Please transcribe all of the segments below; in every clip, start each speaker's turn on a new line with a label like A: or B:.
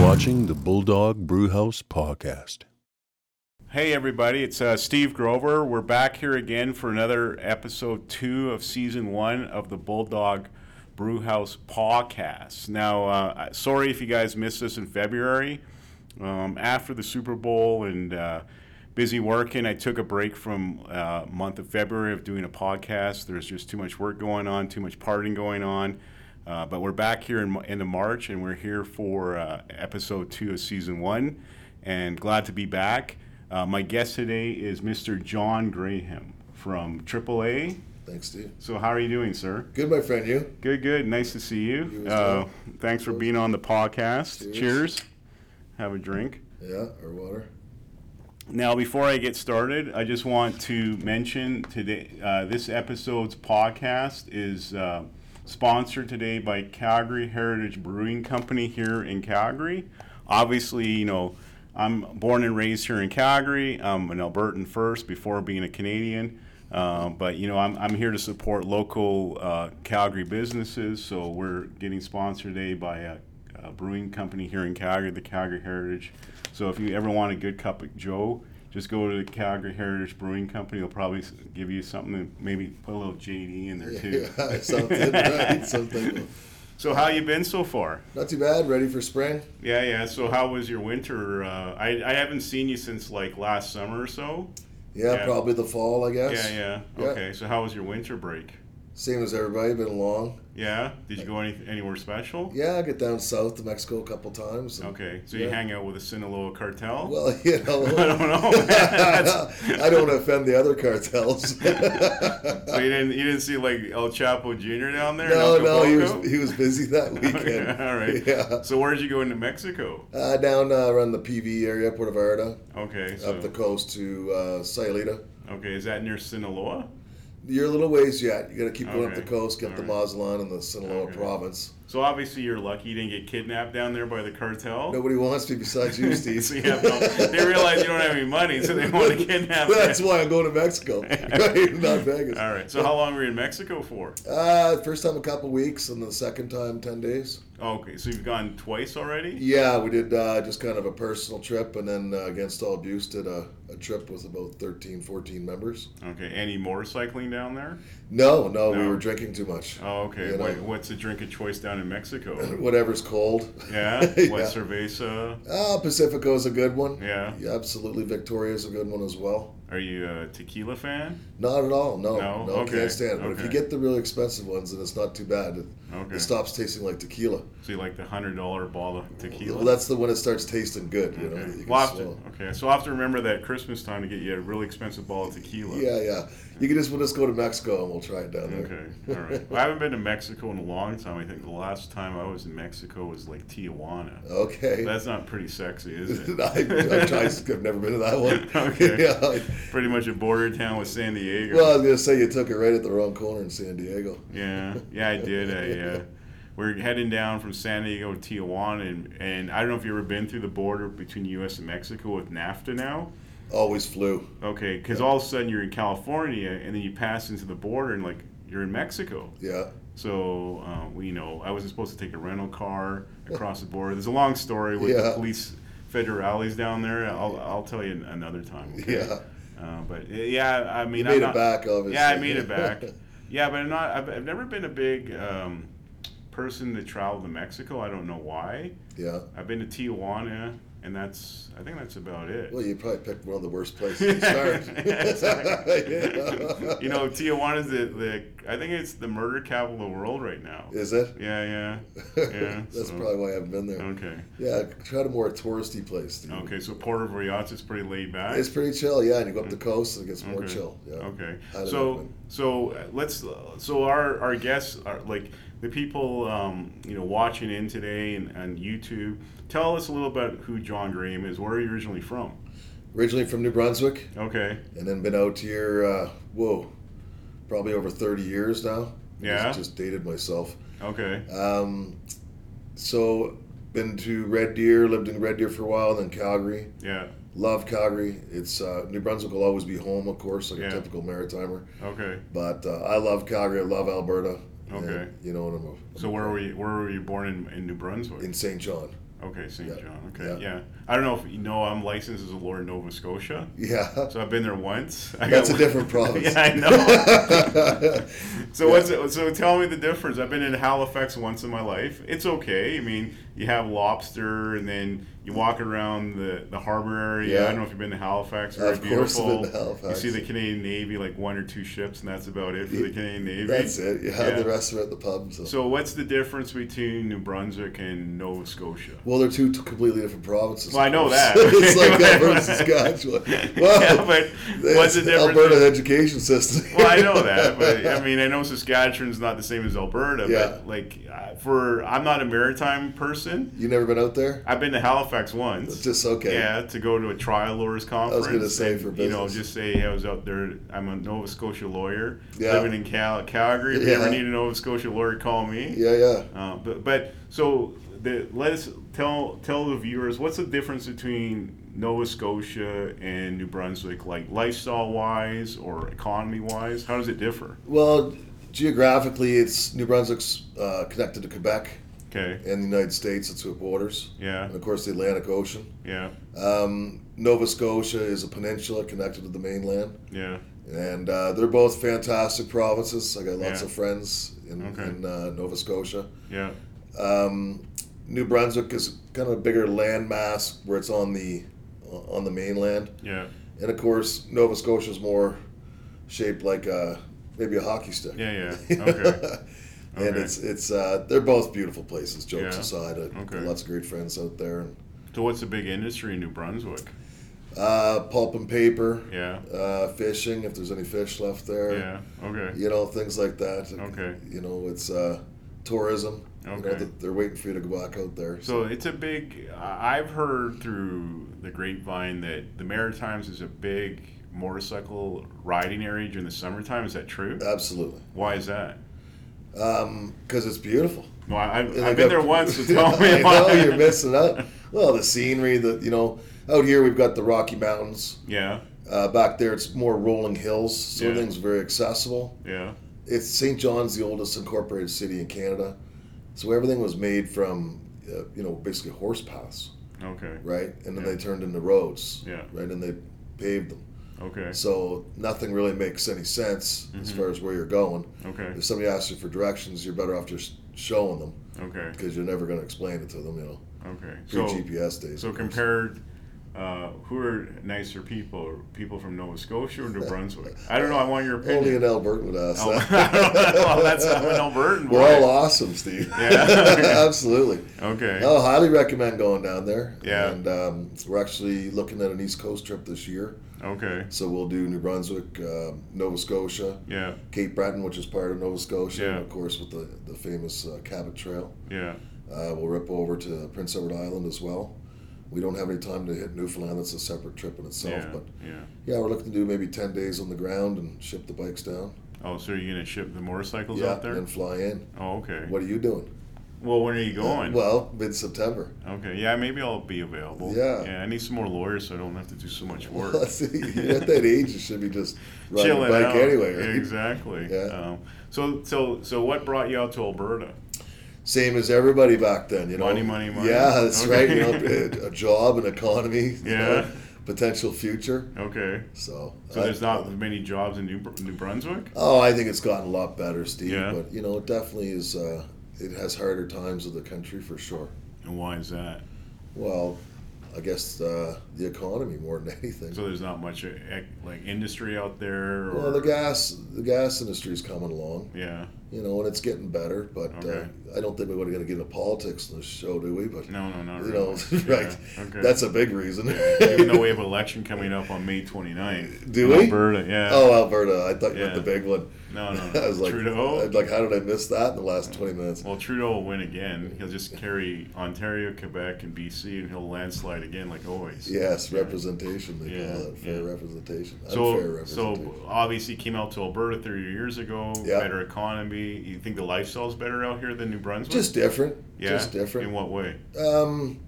A: watching the Bulldog Brewhouse Podcast.
B: Hey, everybody, it's uh, Steve Grover. We're back here again for another episode two of season one of the Bulldog Brewhouse podcast. Now, uh, sorry if you guys missed us in February. Um, after the Super Bowl and uh, busy working, I took a break from uh, month of February of doing a podcast. There's just too much work going on, too much partying going on. Uh, but we're back here in end of March, and we're here for uh, episode two of season one. And glad to be back. Uh, my guest today is Mr. John Graham from AAA.
C: Thanks, Steve.
B: So, how are you doing, sir?
C: Good, my friend. You?
B: Good, good. Nice to see you.
C: You as
B: uh,
C: well.
B: thanks for being on the podcast.
C: Cheers.
B: Cheers. Have a drink.
C: Yeah, or water?
B: Now, before I get started, I just want to mention today uh, this episode's podcast is uh, sponsored today by Calgary Heritage Brewing Company here in Calgary. Obviously, you know, I'm born and raised here in Calgary. I'm an Albertan first before being a Canadian. Uh, but you know, I'm, I'm here to support local uh, Calgary businesses, so we're getting sponsored today by a uh, brewing company here in Calgary, the Calgary Heritage. So if you ever want a good cup of Joe, just go to the Calgary Heritage Brewing Company. They'll probably s- give you something, and maybe put a little JD in there too.
C: Yeah, something, right? Something.
B: So how you been so far?
C: Not too bad. Ready for spring?
B: Yeah, yeah. So how was your winter? Uh, I I haven't seen you since like last summer or so.
C: Yeah,
B: Yeah.
C: probably the fall, I guess.
B: Yeah, yeah.
C: Yeah.
B: Okay. So how was your winter break?
C: Same as everybody. Been long.
B: Yeah. Did you go any, anywhere special?
C: Yeah, I get down south to Mexico a couple times. and-
B: Okay. So you
C: Yeah.
B: hang out with the Sinaloa cartel?
C: Well, you know.
B: I don't know. man. That's-
C: I don't offend the other cartels.
B: So you didn't you didn't see like El Chapo Jr. down there? in
C: no, no, he
B: Acapulco?
C: was he was busy that weekend.
B: Okay, All right.
C: Yeah.
B: So where did you go into Mexico?
C: Uh, down uh, around the PV area, Puerto Vallarta,
B: Okay. So,
C: up the coast to uh, Sayulita.
B: okay, is that near Sinaloa?
C: You're a little ways yet. You got to keep going up
B: Okay.
C: the coast, get up to
B: All right.
C: Mazatlan and the Sinaloa
B: Okay.
C: province.
B: So obviously you're lucky you didn't get kidnapped down there by the cartel.
C: Nobody wants me besides you, Steve.
B: so you have no, they realize you don't have any money, so they want to kidnap you.
C: That's why I'm going to Mexico, right? not Vegas.
B: All right. So how long were you in Mexico for?
C: Uh, first time a couple weeks, and the second time ten days.
B: Okay. So you've gone twice already.
C: Yeah, we did uh, just kind of a personal trip, and then uh, against all abuse, did a, a trip with about 13, 14 members.
B: Okay. Any more cycling down there?
C: No, no, we
B: No.
C: were drinking too much.
B: Oh, okay.
C: You
B: What,
C: know.
B: what's the drink of choice down in Mexico?
C: Whatever's cold.
B: Yeah.
C: Yeah.
B: What cerveza?
C: Ah, Pacifico is a good one.
B: Yeah.
C: yeah, absolutely. Victoria is a good one as well.
B: Are you a tequila fan?
C: Not at all. No,
B: No?
C: no,
B: Okay,
C: can't stand it. But if you
B: okay. Oh.
C: get the really expensive ones, then it's not too bad. It,
B: Okay.
C: it stops tasting like tequila.
B: So you like the hundred dollar bottle of tequila?
C: Well, that's the one that starts tasting good. You know, that
B: okay.
C: you can
B: We'll have to-
C: swallow.
B: okay, so I'll have to remember that Christmas time to get you a really expensive bottle of tequila.
C: Yeah, yeah. You can just we'll just go to Mexico and we'll try it down there.
B: Okay. All right. Well, I haven't been to Mexico in a long time. I think the last time I was in Mexico was like Tijuana.
C: Okay.
B: That's not pretty sexy, is it?
C: I, I've, tried, I've never been to that one.
B: Okay.
C: yeah. I-
B: Pretty much a border town with San Diego.
C: Well, I was gonna say you took it right at the wrong corner in San Diego.
B: Yeah, yeah, I did. I, uh, we're heading down from San Diego to Tijuana, and, and I don't know if you've ever been through the border between U.S. and Mexico with NAFTA now.
C: Always flew.
B: Okay, because all of a sudden you're in California, and then you pass into the border, and like you're in Mexico.
C: Yeah.
B: So uh, we know I wasn't supposed to take a rental car across the border. There's a long story with the
C: Yeah.
B: police federales down there. I'll, I'll tell you an- another time. okay?
C: Yeah.
B: Uh, but uh, yeah, I mean,
C: You
B: I'm
C: made
B: not-
C: it back, obviously.
B: yeah, I made it back. Yeah, but I'm not. I've, I've never been a big um, person to travel to Mexico. I don't know why.
C: yeah.
B: I've been to Tijuana, and that's. I think that's about it.
C: Well, you probably picked one of the worst places to start. Yeah.
B: you know, Tijuana's the, the. I think it's the murder capital of the world right now.
C: Is it?
B: Yeah, yeah, yeah.
C: That's
B: so-
C: probably why I haven't been there.
B: Okay.
C: Yeah, try to more touristy place. Steve.
B: Okay, so Puerto Vallarta's pretty laid back.
C: It's pretty chill, yeah. And you go up the coast, and it gets more
B: Mm. Okay.
C: chill. Yeah.
B: Okay.
C: I don't
B: So
C: know.
B: so uh, let's uh, so our our guests are like the people um, you know watching in today and on YouTube. Tell us a little about who John Graham is. Where are you originally from?
C: Originally from New Brunswick,
B: Okay.
C: and then been out here. Uh, whoa, probably over thirty years now. I
B: Yeah.
C: Just, just dated myself.
B: Okay.
C: Um, so been to Red Deer, lived in Red Deer for a while, then Calgary.
B: Yeah.
C: Love Calgary. It's uh, New Brunswick will always be home, of course, like
B: Yeah.
C: a typical Maritimer.
B: Okay.
C: But uh, I love Calgary. I love Alberta.
B: Okay.
C: And, you know, and I'm a,
B: So where were you? Where were you born in, in New Brunswick?
C: in St. John.
B: Okay, St.
C: Yeah.
B: John. Okay,
C: Yeah.
B: yeah. I don't know if you know, I'm licensed as a lawyer in Nova Scotia,
C: Yeah.
B: so I've been there once. I
C: That's a
B: got-
C: different province.
B: yeah, I know. so what's it, so tell me the difference. I've been in Halifax once in my life. It's okay. I mean, you have lobster, and then you walk around the, the harbor area.
C: Yeah.
B: I don't know if you've been to Halifax. Very
C: Of course I've
B: beautiful.
C: been to Halifax.
B: You see the Canadian Navy, like one or two ships, and that's about it for the Canadian Navy.
C: That's it. Yeah,
B: Yeah.
C: The rest are at the pub. So.
B: So what's the difference between New Brunswick and Nova Scotia?
C: well, they're two t- completely different provinces.
B: Well, I
C: of
B: know
C: course.
B: that.
C: it's like Alberta and Saskatchewan. Well,
B: yeah, but what's the
C: it's
B: difference?
C: Alberta education system.
B: well, I know that, but I mean, I know Saskatchewan's not the same as Alberta,
C: Yeah.
B: but like uh, for I'm not a maritime person.
C: you never been out there?
B: I've been to Halifax once.
C: Just okay.
B: Yeah, to go to a trial lawyers conference.
C: gonna say for
B: You know,
C: business.
B: just say I was out there. I'm a Nova Scotia lawyer
C: Yeah.
B: living in Cal- Calgary. If you ever
C: Yeah.
B: need a Nova Scotia lawyer, call me.
C: Yeah, yeah.
B: Uh, but, but so the, let us tell tell the viewers what's the difference between Nova Scotia and New Brunswick, like lifestyle wise or economy wise. How does it differ?
C: Well, geographically, it's New Brunswick's uh, connected to Quebec
B: Okay.
C: and the United States. It's with borders,
B: Yeah.
C: and of course the Atlantic Ocean.
B: Yeah.
C: Um, Nova Scotia is a peninsula connected to the mainland,
B: Yeah.
C: and uh, they're both fantastic provinces. I got lots
B: Yeah.
C: of friends in,
B: Okay.
C: in uh, Nova Scotia.
B: Yeah.
C: Um, New Brunswick is kind of a bigger landmass where it's on the on the mainland,
B: Yeah.
C: and of course Nova Scotia is more shaped like a, maybe a hockey stick.
B: Yeah. Yeah. Okay.
C: and
B: Okay.
C: it's it's uh, they're both beautiful places. Jokes
B: Yeah.
C: aside, I got
B: Okay.
C: lots of great friends out there.
B: so what's the big industry in New Brunswick?
C: Uh, pulp and paper,
B: Yeah.
C: uh, fishing if there's any fish left there.
B: Yeah. Okay.
C: You know things like that.
B: Okay.
C: You know it's uh, tourism. You know,
B: Okay.
C: th- they're waiting for you to go back out there.
B: So it's a big. I- I've heard through the grapevine that the Maritimes is a big motorcycle riding area during the summertime. Is that true?
C: Absolutely,
B: Why is that?
C: because it's beautiful.
B: Well, I've,
C: And
B: I've
C: they
B: been
C: got-
B: there once, so tell me
C: I
B: why.
C: know you're missing out. Well, the scenery, the you know, out here we've got the Rocky Mountains.
B: Yeah,
C: Uh, back there, it's more rolling hills, so
B: Yeah.
C: everything's very accessible.
B: yeah,
C: It's St. John's, the oldest incorporated city in Canada, so everything was made from, uh, you know, basically horse paths,
B: okay,
C: right? And then
B: Yeah.
C: they turned into roads,
B: Yeah.
C: right? And they paved them.
B: okay,
C: So nothing really makes any sense as
B: Mm-hmm.
C: far as where you're going.
B: okay,
C: If somebody asks you for directions, you're better off just showing them
B: okay,
C: because you're never going to explain it to them, you know.
B: okay.
C: Pre
B: So,
C: GPS days.
B: so
C: of course.
B: compared, uh, who are nicer people? People from Nova Scotia or New Brunswick? I don't know. I want your
C: Only
B: opinion.
C: an Albertan would ask
B: Oh,
C: that.
B: well, that's I'm an Albertan boy.
C: We're all awesome, Steve.
B: Yeah.
C: Absolutely.
B: okay.
C: I highly recommend going down there.
B: Yeah.
C: And um, we're actually looking at an East Coast trip this year.
B: Okay.
C: So we'll do New Brunswick, um, Nova Scotia,
B: Yeah.
C: Cape Breton, which is part of Nova Scotia, and
B: Yeah.
C: of course with the, the famous uh, Cabot Trail.
B: Yeah.
C: Uh, we'll rip over to Prince Edward Island as well. We don't have any time to hit Newfoundland. That's a separate trip in itself.
B: Yeah.
C: But
B: Yeah.
C: yeah, we're looking to do maybe 10 days on the ground and ship the bikes down.
B: Oh, so you're gonna ship the motorcycles
C: yeah,
B: out there?
C: and fly in.
B: Oh, okay.
C: What are you doing? Uh,
B: Well, when are you going?
C: Well, mid September.
B: Okay. Yeah, maybe I'll be available.
C: Yeah.
B: Yeah. I need some more lawyers, so I don't have to do so much work.
C: Well, see, You're at that age, you should be just riding
B: chilling
C: a bike
B: out.
C: anyway, right?
B: Exactly.
C: Yeah.
B: Um, so so so what brought you out to Alberta?
C: Same as everybody back then, you know.
B: Money, money, money.
C: Yeah, that's right. You
B: Okay.
C: know, a, a job, an economy. you
B: Yeah.
C: know, potential future.
B: Okay.
C: So.
B: So
C: I-
B: there's not many jobs in New, Br- New Brunswick.
C: Oh, I think it's gotten a lot better, Steve.
B: Yeah.
C: But you know, it definitely is. Uh, it has harder times of the country for sure.
B: And why is that?
C: Well, I guess uh, the economy more than anything.
B: So there's not much ec- like industry out there. Or,
C: well, the gas, the gas industry is coming along.
B: Yeah.
C: you know, and it's getting better. But
B: Okay.
C: uh, I don't think we're going to get into politics in this show, do we? But
B: No, no, not
C: you
B: really.
C: know,
B: Yeah,
C: right?
B: Okay.
C: That's a big reason.
B: even though we have an election coming up on May 29th.
C: Do
B: in
C: we?
B: Alberta. Yeah.
C: oh, Alberta! I thought you meant
B: Yeah.
C: the big one.
B: No, no.
C: I was like, uh,
B: Trudeau.
C: I'd like, how did I miss that in the last twenty minutes?
B: Well, Trudeau will win again. He'll just carry Ontario, Quebec, and BC, and he'll landslide again, like always.
C: Yes, representation. They
B: Yeah,
C: call it fair
B: yeah.
C: representation. Unfair
B: So,
C: representation.
B: so obviously came out to Alberta 30 years ago.
C: Yeah.
B: Better economy. You think the lifestyle's better out here than New Brunswick?
C: just different.
B: yeah.
C: Just
B: In
C: different.
B: what way?
C: Um,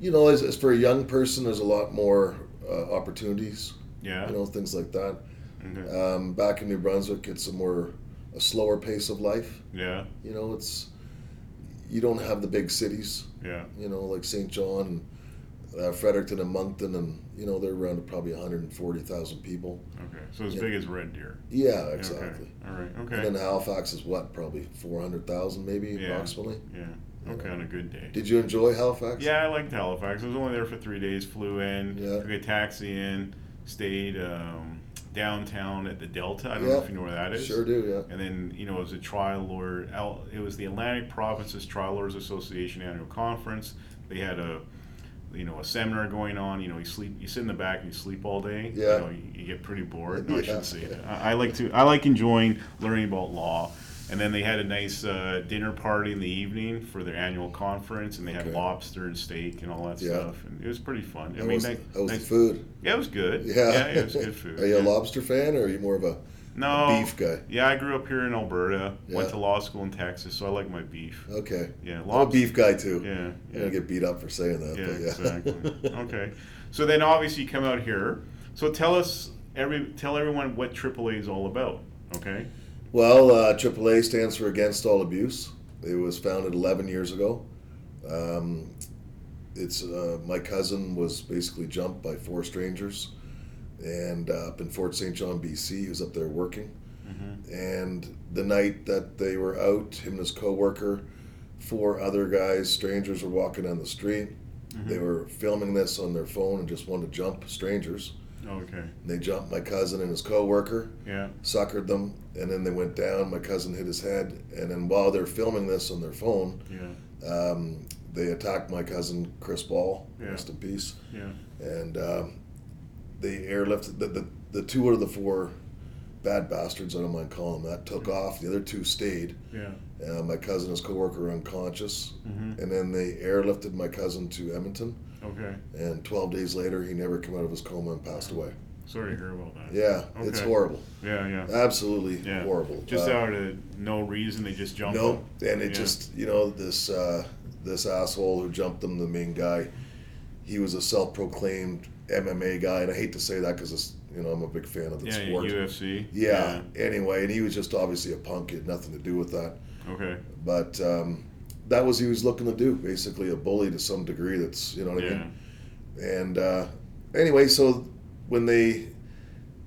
C: you know, as, as for a young person, there's a lot more uh, opportunities.
B: Yeah.
C: You know, things like that.
B: Okay.
C: Um, back in New Brunswick, it's a more a slower pace of life.
B: yeah.
C: You know, it's you don't have the big cities,
B: Yeah.
C: you know, like St. John and uh, Fredericton and Moncton, and you know they're around probably 140,000 people.
B: Okay. So as
C: Yeah.
B: big as Red Deer.
C: Yeah,
B: Yeah,
C: exactly.
B: Okay. All right. Okay.
C: And then Halifax is what, probably 400,000 maybe
B: Yeah.
C: approximately.
B: yeah. Okay. On a good day.
C: Did you enjoy Halifax?
B: Yeah, I liked Halifax. I was only there for three days. Flew in,
C: Yeah.
B: took a taxi in, stayed um, downtown at the Delta. I don't know
C: Yeah.
B: if you know where that is.
C: Sure do, yeah.
B: And then you know, it was a trial lawyer. Al- It was the Atlantic Provinces Trial Lawyers Association annual conference. They had a you know a seminar going on. You know, you sleep, you sit in the back and you sleep all day.
C: Yeah.
B: You, know, you, you get pretty bored. No, I
C: Yeah.
B: shouldn't say that. I, I like to. I like enjoying learning about law. And then they had a nice uh, dinner party in the evening for their annual conference, and they had
C: Okay.
B: lobster and steak and all that
C: Yeah.
B: stuff. And it was pretty fun. I
C: How
B: mean,
C: was,
B: that,
C: the, how was
B: that-
C: the food?
B: yeah, it was good.
C: Yeah.
B: it was good food.
C: are you
B: yeah.
C: a lobster fan or are you more of a
B: No.
C: beef guy?
B: Yeah, I grew up here in Alberta. Went
C: Yeah.
B: to law school in Texas, so I like my beef.
C: Okay.
B: Yeah,
C: I'm a
B: lobster.
C: beef guy too.
B: Yeah,
C: I'm
B: yeah,
C: gonna get beat up for saying that.
B: yeah,
C: but yeah.
B: exactly. okay, so then obviously you come out here. So tell us every tell everyone what AAA is all about. Okay.
C: Well, uh, AAA stands for Against All Abuse. It was founded 11 years ago. Um, it's uh, my cousin was basically jumped by four strangers, and uh, up in Fort St. John, BC, he was up there working.
B: Mm-hmm,
C: And the night that they were out, him and his coworker, four other guys, strangers, were walking down the street.
B: mm-hmm.
C: They were filming this on their phone and just wanted to jump strangers.
B: Okay.
C: And they jumped my cousin and his coworker
B: Yeah.
C: suckered them, and then they went down. My cousin hit his head, and then while they're filming this on their phone,
B: Yeah.
C: um, they attacked my cousin Chris Ball,
B: Yeah.
C: rest in peace,
B: Yeah.
C: and um, they airlifted the, the the two out of the four bad bastards. I don't mind calling them that. Took off. The other two stayed.
B: Yeah.
C: Uh, my cousin and his coworker were unconscious,
B: hmm
C: and then they airlifted my cousin to Edmonton.
B: Okay.
C: And 12 days later, he never came out of his coma and passed away.
B: Sorry to hear about that.
C: Yeah, Uh, it's
B: Okay.
C: horrible.
B: Yeah. Yeah.
C: Absolutely
B: Yeah.
C: horrible.
B: Just
C: Uh,
B: out of no reason, they just jumped.
C: No, and it
B: Yeah.
C: just you know this uh, this asshole who jumped him, the main guy, he was a self-proclaimed MMA guy, and I hate to say that because you know I'm a big fan of the
B: Yeah. yeah,
C: sport.
B: UFC.
C: yeah. Anyway, and he was just obviously a punk. It had nothing to do with that,
B: Yeah. Okay.
C: but um, that was he was looking to do basically a bully to some degree. That's you know what I
B: Yeah.
C: mean. And uh, anyway, so when they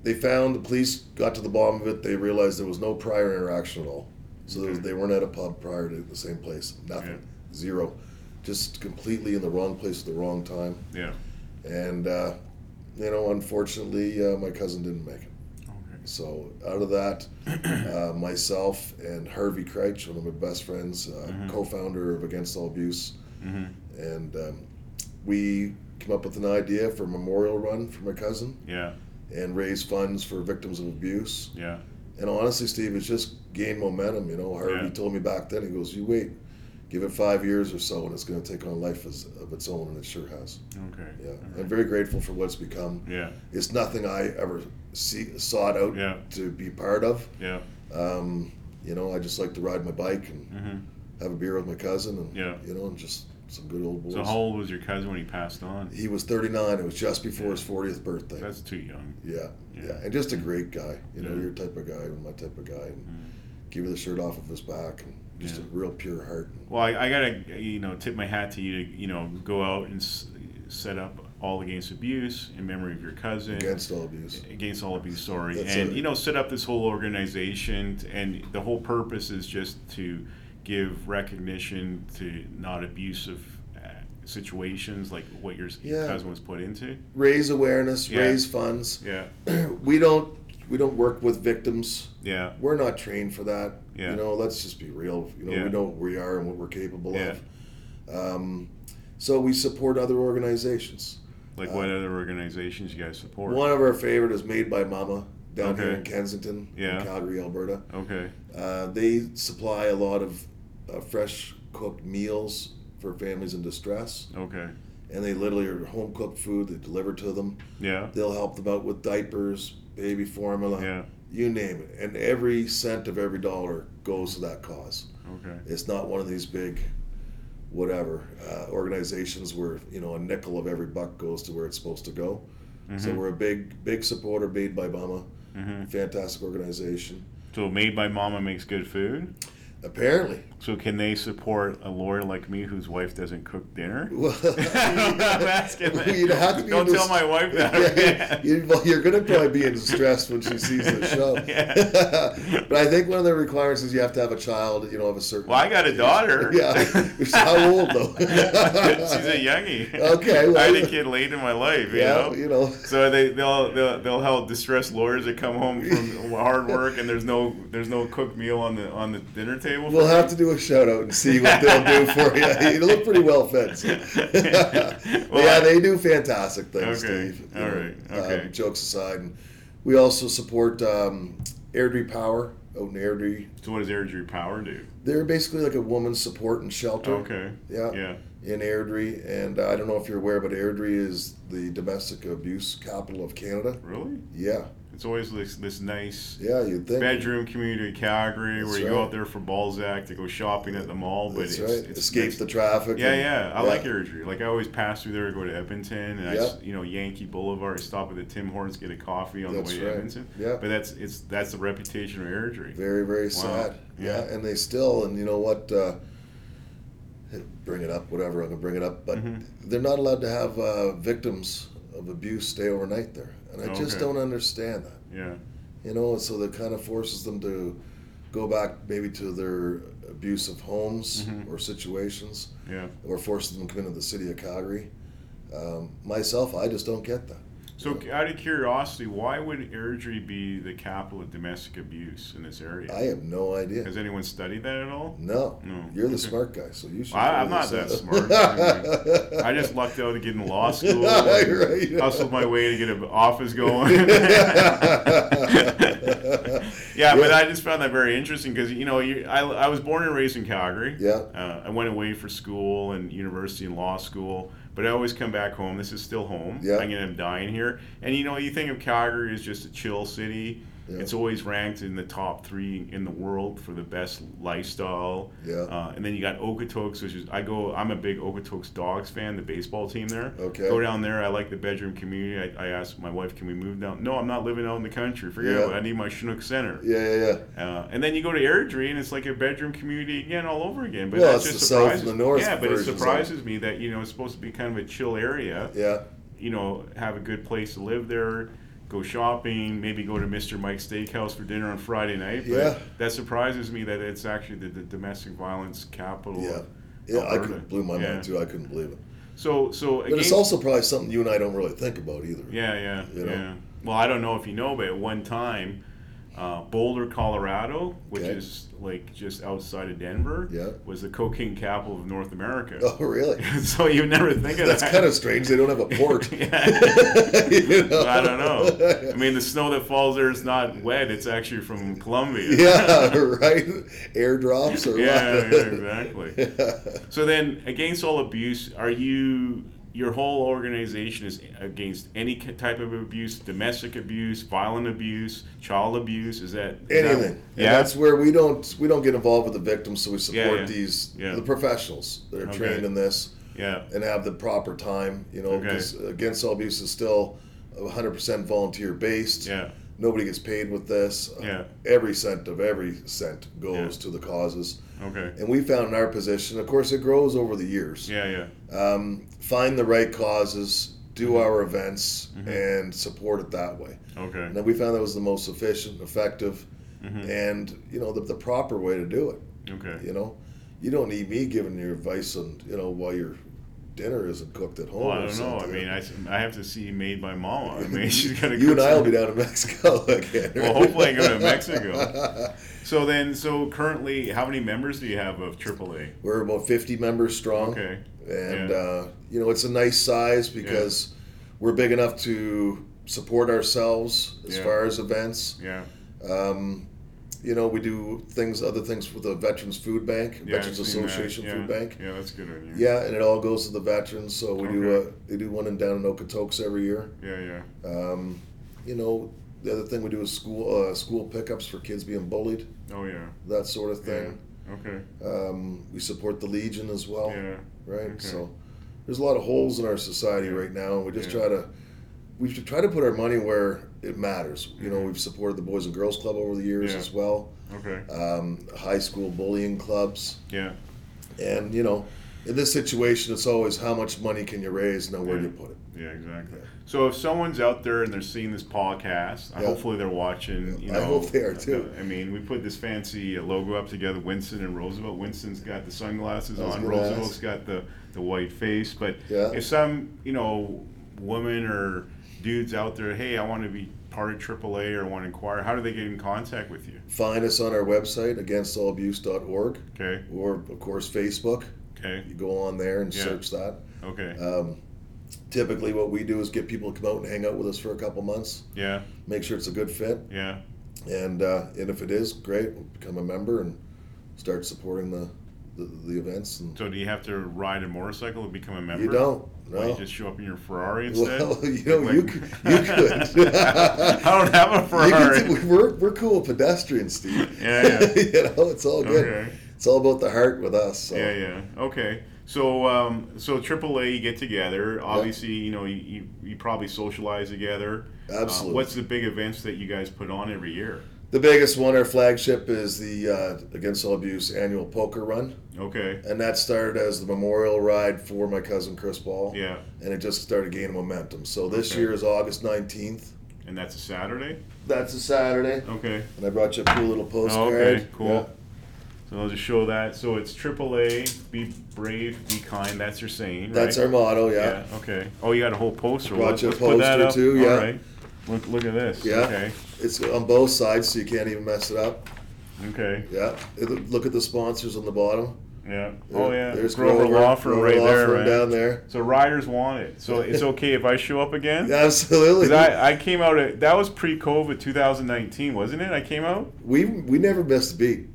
C: they found the police got to the bottom of it, they realized there was no prior interaction at all. So there was,
B: Okay.
C: they weren't at a pub prior to the same place. Nothing, zero, just completely in the wrong place at the wrong time.
B: Yeah.
C: And uh, you know, unfortunately, uh, my cousin didn't make it.
B: Okay.
C: So out of that, uh, myself and Harvey Kreitch, one of my best friends, uh,
B: Mhm.
C: co-founder of Against All Abuse,
B: hmm
C: and um, we came up with an idea for a memorial run for my cousin
B: Yeah.
C: and raise funds for victims of abuse.
B: Yeah.
C: And honestly, Steve, it's just gained momentum. You know, Harvey
B: Yeah.
C: told me back then, he goes, "You wait, give it five years or so, and it's going to take on life as, of its own," and it sure has.
B: Okay.
C: Yeah,
B: All right.
C: I'm very grateful for what's become.
B: Yeah.
C: It's nothing I ever see, sought out
B: Yeah.
C: to be part of.
B: Yeah.
C: Um, you know, I just like to ride my bike and
B: hmm
C: have a beer with my cousin, and
B: Yeah.
C: you know, and just some good old boys.
B: So how old was your cousin when he passed on?
C: He was 39. It was just before his 40th birthday.
B: That's too young.
C: yeah,
B: Yeah.
C: yeah, and just a great guy. You know,
B: Yeah. Mm-hmm.
C: your type of guy and my type of guy. And give you the shirt off of his back, and just
B: Yeah.
C: a real pure heart.
B: Well, I, I gotta you know tip my hat to you to you know go out and s- set up all against abuse in memory of your cousin.
C: Against all abuse.
B: against all of you sorry
C: That's
B: and
C: it.
B: you know set up this whole organization t- and the whole purpose is just to give recognition to not abusive uh, situations like what your, your
C: Yeah.
B: cousin was put into
C: Raise awareness.
B: Yeah.
C: Raise funds.
B: yeah
C: we don't. We don't work with victims.
B: yeah
C: We're not trained for that.
B: Yeah.
C: You know, let's just be real. You know,
B: Yeah.
C: we know what we are and what we're capable
B: Yeah.
C: of. Um, so we support other organizations.
B: like what other organizations you guys support
C: Uh, One of our favorite is Made by Mama down here
B: Okay.
C: in Kensington, in
B: Yeah.
C: Calgary, Alberta.
B: okay
C: Uh, they supply a lot of uh, fresh cooked meals for families in distress,
B: okay
C: and they literally are home cooked food. They deliver to them.
B: yeah
C: They'll help them out with diapers, baby formula,
B: yeah
C: you name it. And every cent of every dollar goes to that cause.
B: okay
C: It's not one of these big, whatever uh, organizations where you know a nickel of every buck goes to where it's supposed to go. So we're a big, big supporter made by Bama.
B: hmm
C: Fantastic organization.
B: so made by mama makes good food
C: Apparently.
B: So can they support a lawyer like me whose wife doesn't cook dinner?
C: Well,
B: I'm asking
C: Well,
B: that.
C: you'd have to be
B: Don't
C: in
B: tell
C: this-
B: my wife that.
C: Yeah, you- well, you're going to probably be in stress when she sees the show. but I think one of the requirements is you have to have a child, you know, of a certain.
B: Well, I got a daughter.
C: Yeah. She's how old though?
B: She's a youngie.
C: Okay, well-
B: I had a kid late in my life. You
C: Yeah,
B: know.
C: you know.
B: So they they'll, they'll they'll help distressed lawyers that come home from hard work and there's no there's no cooked meal on the on the dinner table.
C: We'll have to do a shout out and see what they'll do for you. You look pretty well fed. so.
B: Well,
C: yeah,
B: I-
C: they do fantastic things,
B: Okay,
C: Steve.
B: all right, okay.
C: Um, jokes aside, and we also support um, Airdrie Power out in Airdrie.
B: So what does Airdrie Power do?
C: They're basically like a woman's support and shelter.
B: Okay.
C: Yeah.
B: Yeah.
C: in Airdrie, and I don't know if you're aware, but Airdrie is the domestic abuse capital of Canada.
B: Really?
C: Yeah,
B: It's always this this nice
C: yeah, you'd think.
B: bedroom community of Calgary
C: That's
B: where you go
C: right.
B: out there for Balzac to go shopping at the mall, but
C: That's
B: it's,
C: right.
B: it's
C: Escape
B: nice.
C: the traffic.
B: Yeah,
C: and-
B: yeah, I like Airdrie. Like I always pass through there, I go to Edmonton, and I s you know Yankee Boulevard. I stop at the Tim Hortons, get a coffee on
C: That's
B: the way to
C: right.
B: Edmonton.
C: Yeah.
B: but that's it's that's the reputation of Airdrie.
C: Very, very
B: Wow.
C: sad. Yeah.
B: Yeah.
C: and they still, and you know what? Uh, bring it up, whatever. I'm gonna bring it up, but
B: Mhm.
C: they're not allowed to have uh, victims of abuse stay overnight there, and I just
B: Okay.
C: don't understand that.
B: Yeah,
C: You know, so that kind of forces them to go back maybe to their abusive homes
B: Mhm.
C: or situations.
B: yeah.
C: or forcing them to come into the city of Calgary. Um, myself, I just don't get that.
B: So out of curiosity, why would Airdrie be the capital of domestic abuse in this area?
C: I have no idea.
B: Has anyone studied that at all?
C: No,
B: No,
C: you're the
B: okay.
C: smart guy, so you should.
B: Well, I-
C: know
B: I'm not that
C: this.
B: smart. I just lucked out to get into law school. and
C: Right.
B: Hustled my way to get an office going. yeah, but
C: Yeah.
B: I just found that very interesting because you know you, I, I was born and raised in Calgary.
C: Yeah.
B: Uh, I went away for school and university and law school, but I always come back home. This is still home.
C: Yeah.
B: I'm gonna dying here, and you know you think of Calgary as just a chill city.
C: Yeah.
B: It's always ranked in the top three in the world for the best lifestyle.
C: Yeah.
B: Uh, and then you got Okotoks, which is I go. I'm a big Okotoks Dogs fan, the baseball team there.
C: Okay.
B: Go down there. I like the bedroom community. I, I asked my wife, "Can we move down?" No, I'm not living out in the country. Forget
C: Yeah.
B: it. I need my Chinook Center.
C: yeah, yeah, yeah.
B: Uh, and then you go to Airdrie, and it's like a bedroom community again, all over again. But
C: Well,
B: that's
C: it's
B: just
C: the south and
B: surprises.
C: the north
B: yeah, but it
C: versions of it.
B: surprises me that you know it's supposed to be kind of a chill area.
C: Yeah,
B: You know, have a good place to live there. Go shopping, maybe go to Mr. Mike's Steakhouse for dinner on Friday night. But
C: Yeah.
B: that surprises me that it's actually the, the domestic violence capital.
C: yeah. Yeah, I
B: Alberta.
C: could blew my
B: Yeah.
C: mind too. I couldn't believe it.
B: So, so
C: But it's also probably something you and I don't really think about either.
B: yeah, yeah,
C: you know.
B: yeah. Well, I don't know if you know, but at one time, uh, Boulder, Colorado, which
C: Okay.
B: is like just outside of Denver,
C: Yeah.
B: was the cocaine capital of North America.
C: Oh, really?
B: so you never think of
C: That's
B: that.
C: kind of strange. They don't have a port.
B: Yeah.
C: You know?
B: I don't know. I mean, the snow that falls there is not wet; it's actually from Colombia.
C: yeah, right. Airdrops or
B: yeah,
C: what?
B: yeah, exactly. So then, against all abuse, are you your whole organization is against any ki- type of abuse, domestic abuse, violent abuse, child abuse? Is that is that-
C: anything.
B: yeah,
C: And that's where we don't we don't get involved with the victims, so we support
B: yeah.
C: these
B: Yeah.
C: the professionals that are
B: Okay.
C: trained in this
B: yeah,
C: and have the proper time. You know,
B: Okay.
C: because against all abuse is still 100 percent volunteer based.
B: yeah,
C: Nobody gets paid with this. Uh,
B: Yeah.
C: Every cent of every cent goes
B: Yeah.
C: to the causes.
B: okay,
C: And we found in our position, of course, it grows over the years.
B: yeah, yeah, Mm-hmm.
C: Um, find the right causes, do our events, and support it that way.
B: okay,
C: And we found that was the most efficient, effective,
B: Mm-hmm.
C: and you know the, the proper way to do it.
B: okay.
C: You know, you don't need me giving your advice on you know why your dinner isn't cooked at home.
B: Well, I
C: or
B: don't know. I
C: something.
B: mean, I, s- I have to see made by mama. I mean, she's gonna.
C: you
B: cook
C: and I will be
B: some-
C: down in Mexico again.
B: Well, hopefully, I go to Mexico. So then, so currently, how many members do you have of AAA?
C: We're about fifty members strong.
B: Okay.
C: and
B: Yeah.
C: uh, you know it's a nice size because we're big enough to support ourselves as
B: Yeah.
C: far as events.
B: Yeah.
C: Um, you know, we do things, other things with the Veterans Food Bank,
B: Yeah, I've
C: Veterans
B: seen that.
C: Association
B: yeah.
C: Food Bank.
B: Yeah, that's good on you.
C: Yeah, and it all goes to the veterans. So we do
B: Okay.
C: a, they do one in down in Okotoks every year.
B: Yeah, yeah.
C: Um, you know, the other thing we do is school uh, school pickups for kids being bullied,
B: Oh yeah.
C: that sort of
B: Yeah.
C: thing.
B: Okay.
C: Um, we support the Legion as well,
B: Yeah.
C: right?
B: Okay.
C: So there's a lot of holes in our society right now, and we just
B: Yeah.
C: try to we should try to put our money where it matters. You know, we've supported the Boys and Girls Club over the years
B: Mm-hmm. Yeah.
C: as well.
B: Okay.
C: um, high school bullying clubs,
B: Yeah.
C: and you know, in this situation, it's always how much money can you raise? Now, where do you
B: Yeah.
C: put it?
B: Yeah, exactly. So if someone's out there and they're seeing this podcast, uh,
C: Yeah.
B: hopefully they're watching. You
C: I
B: know,
C: hope they are, too.
B: I mean, we put this fancy uh, logo up together, Winston and Roosevelt. Winston's got the sunglasses
C: I was
B: on.
C: gonna
B: Roosevelt's
C: ask.
B: got the the white face. But
C: Yeah.
B: if some you know woman or dudes out there, hey, I want to be part of AAA or want to inquire, how do they get in contact with you?
C: Find us on our website, againstallabuse.org,
B: Okay.
C: or of course Facebook.
B: Okay.
C: You go on there and
B: Yeah.
C: search that.
B: Okay.
C: Um, typically, what we do is get people to come out and hang out with us for a couple months,
B: yeah.
C: make sure it's a good fit,
B: Yeah.
C: and uh, and if it is, great, we'll become a member and start supporting the the, the events. And
B: So do you have to ride a motorcycle to become a member?
C: you don't, no.
B: Why, you just show up in your Ferrari instead?
C: Well, you know,
B: Like-
C: you, c- you could.
B: I don't have a
C: You
B: Ferrari.
C: could do- we're, we're cool pedestrians, Steve.
B: Yeah, yeah.
C: you know, it's all good.
B: Okay.
C: It's all about the heart with us. So.
B: Yeah, yeah. Okay. So, um, so AAA, you get together. Obviously, you know, you, you, you probably socialize together. Uh,
C: Absolutely.
B: what's the big events that you guys put on every year?
C: The biggest one, our flagship, is the uh, Against All Abuse annual poker run.
B: Okay.
C: And that started as the memorial ride for my cousin Chris Ball.
B: Yeah.
C: And it just started gaining momentum. So this
B: Okay.
C: year is August 19th.
B: And that's a Saturday.
C: That's a Saturday.
B: Okay.
C: And I brought you a cool little
B: Oh,
C: postcard.
B: okay. Cool.
C: Yeah.
B: So I'll just show that. So it's AAA. Be brave. Be kind. That's your saying.
C: That's
B: right?
C: our motto, yeah.
B: Yeah. Okay. Oh, you got a whole poster.
C: Brought
B: let's,
C: you a
B: let's put that
C: poster
B: up.
C: too, yeah.
B: All right. Look, look at this.
C: Yeah.
B: Okay.
C: It's on both sides, so you can't even mess it up.
B: Okay.
C: Yeah. It- Look at the sponsors on the bottom.
B: Yeah. Oh
C: There-
B: yeah. Grover, Law Firm
C: Grover
B: right
C: Law
B: there,
C: Firm
B: right?
C: down there.
B: So riders want it. So it's okay if I show up again.
C: Absolutely.
B: 'Cause I, I came out. At, that was pre-COVID, 2019, wasn't it? I came out.
C: we we never missed a beat.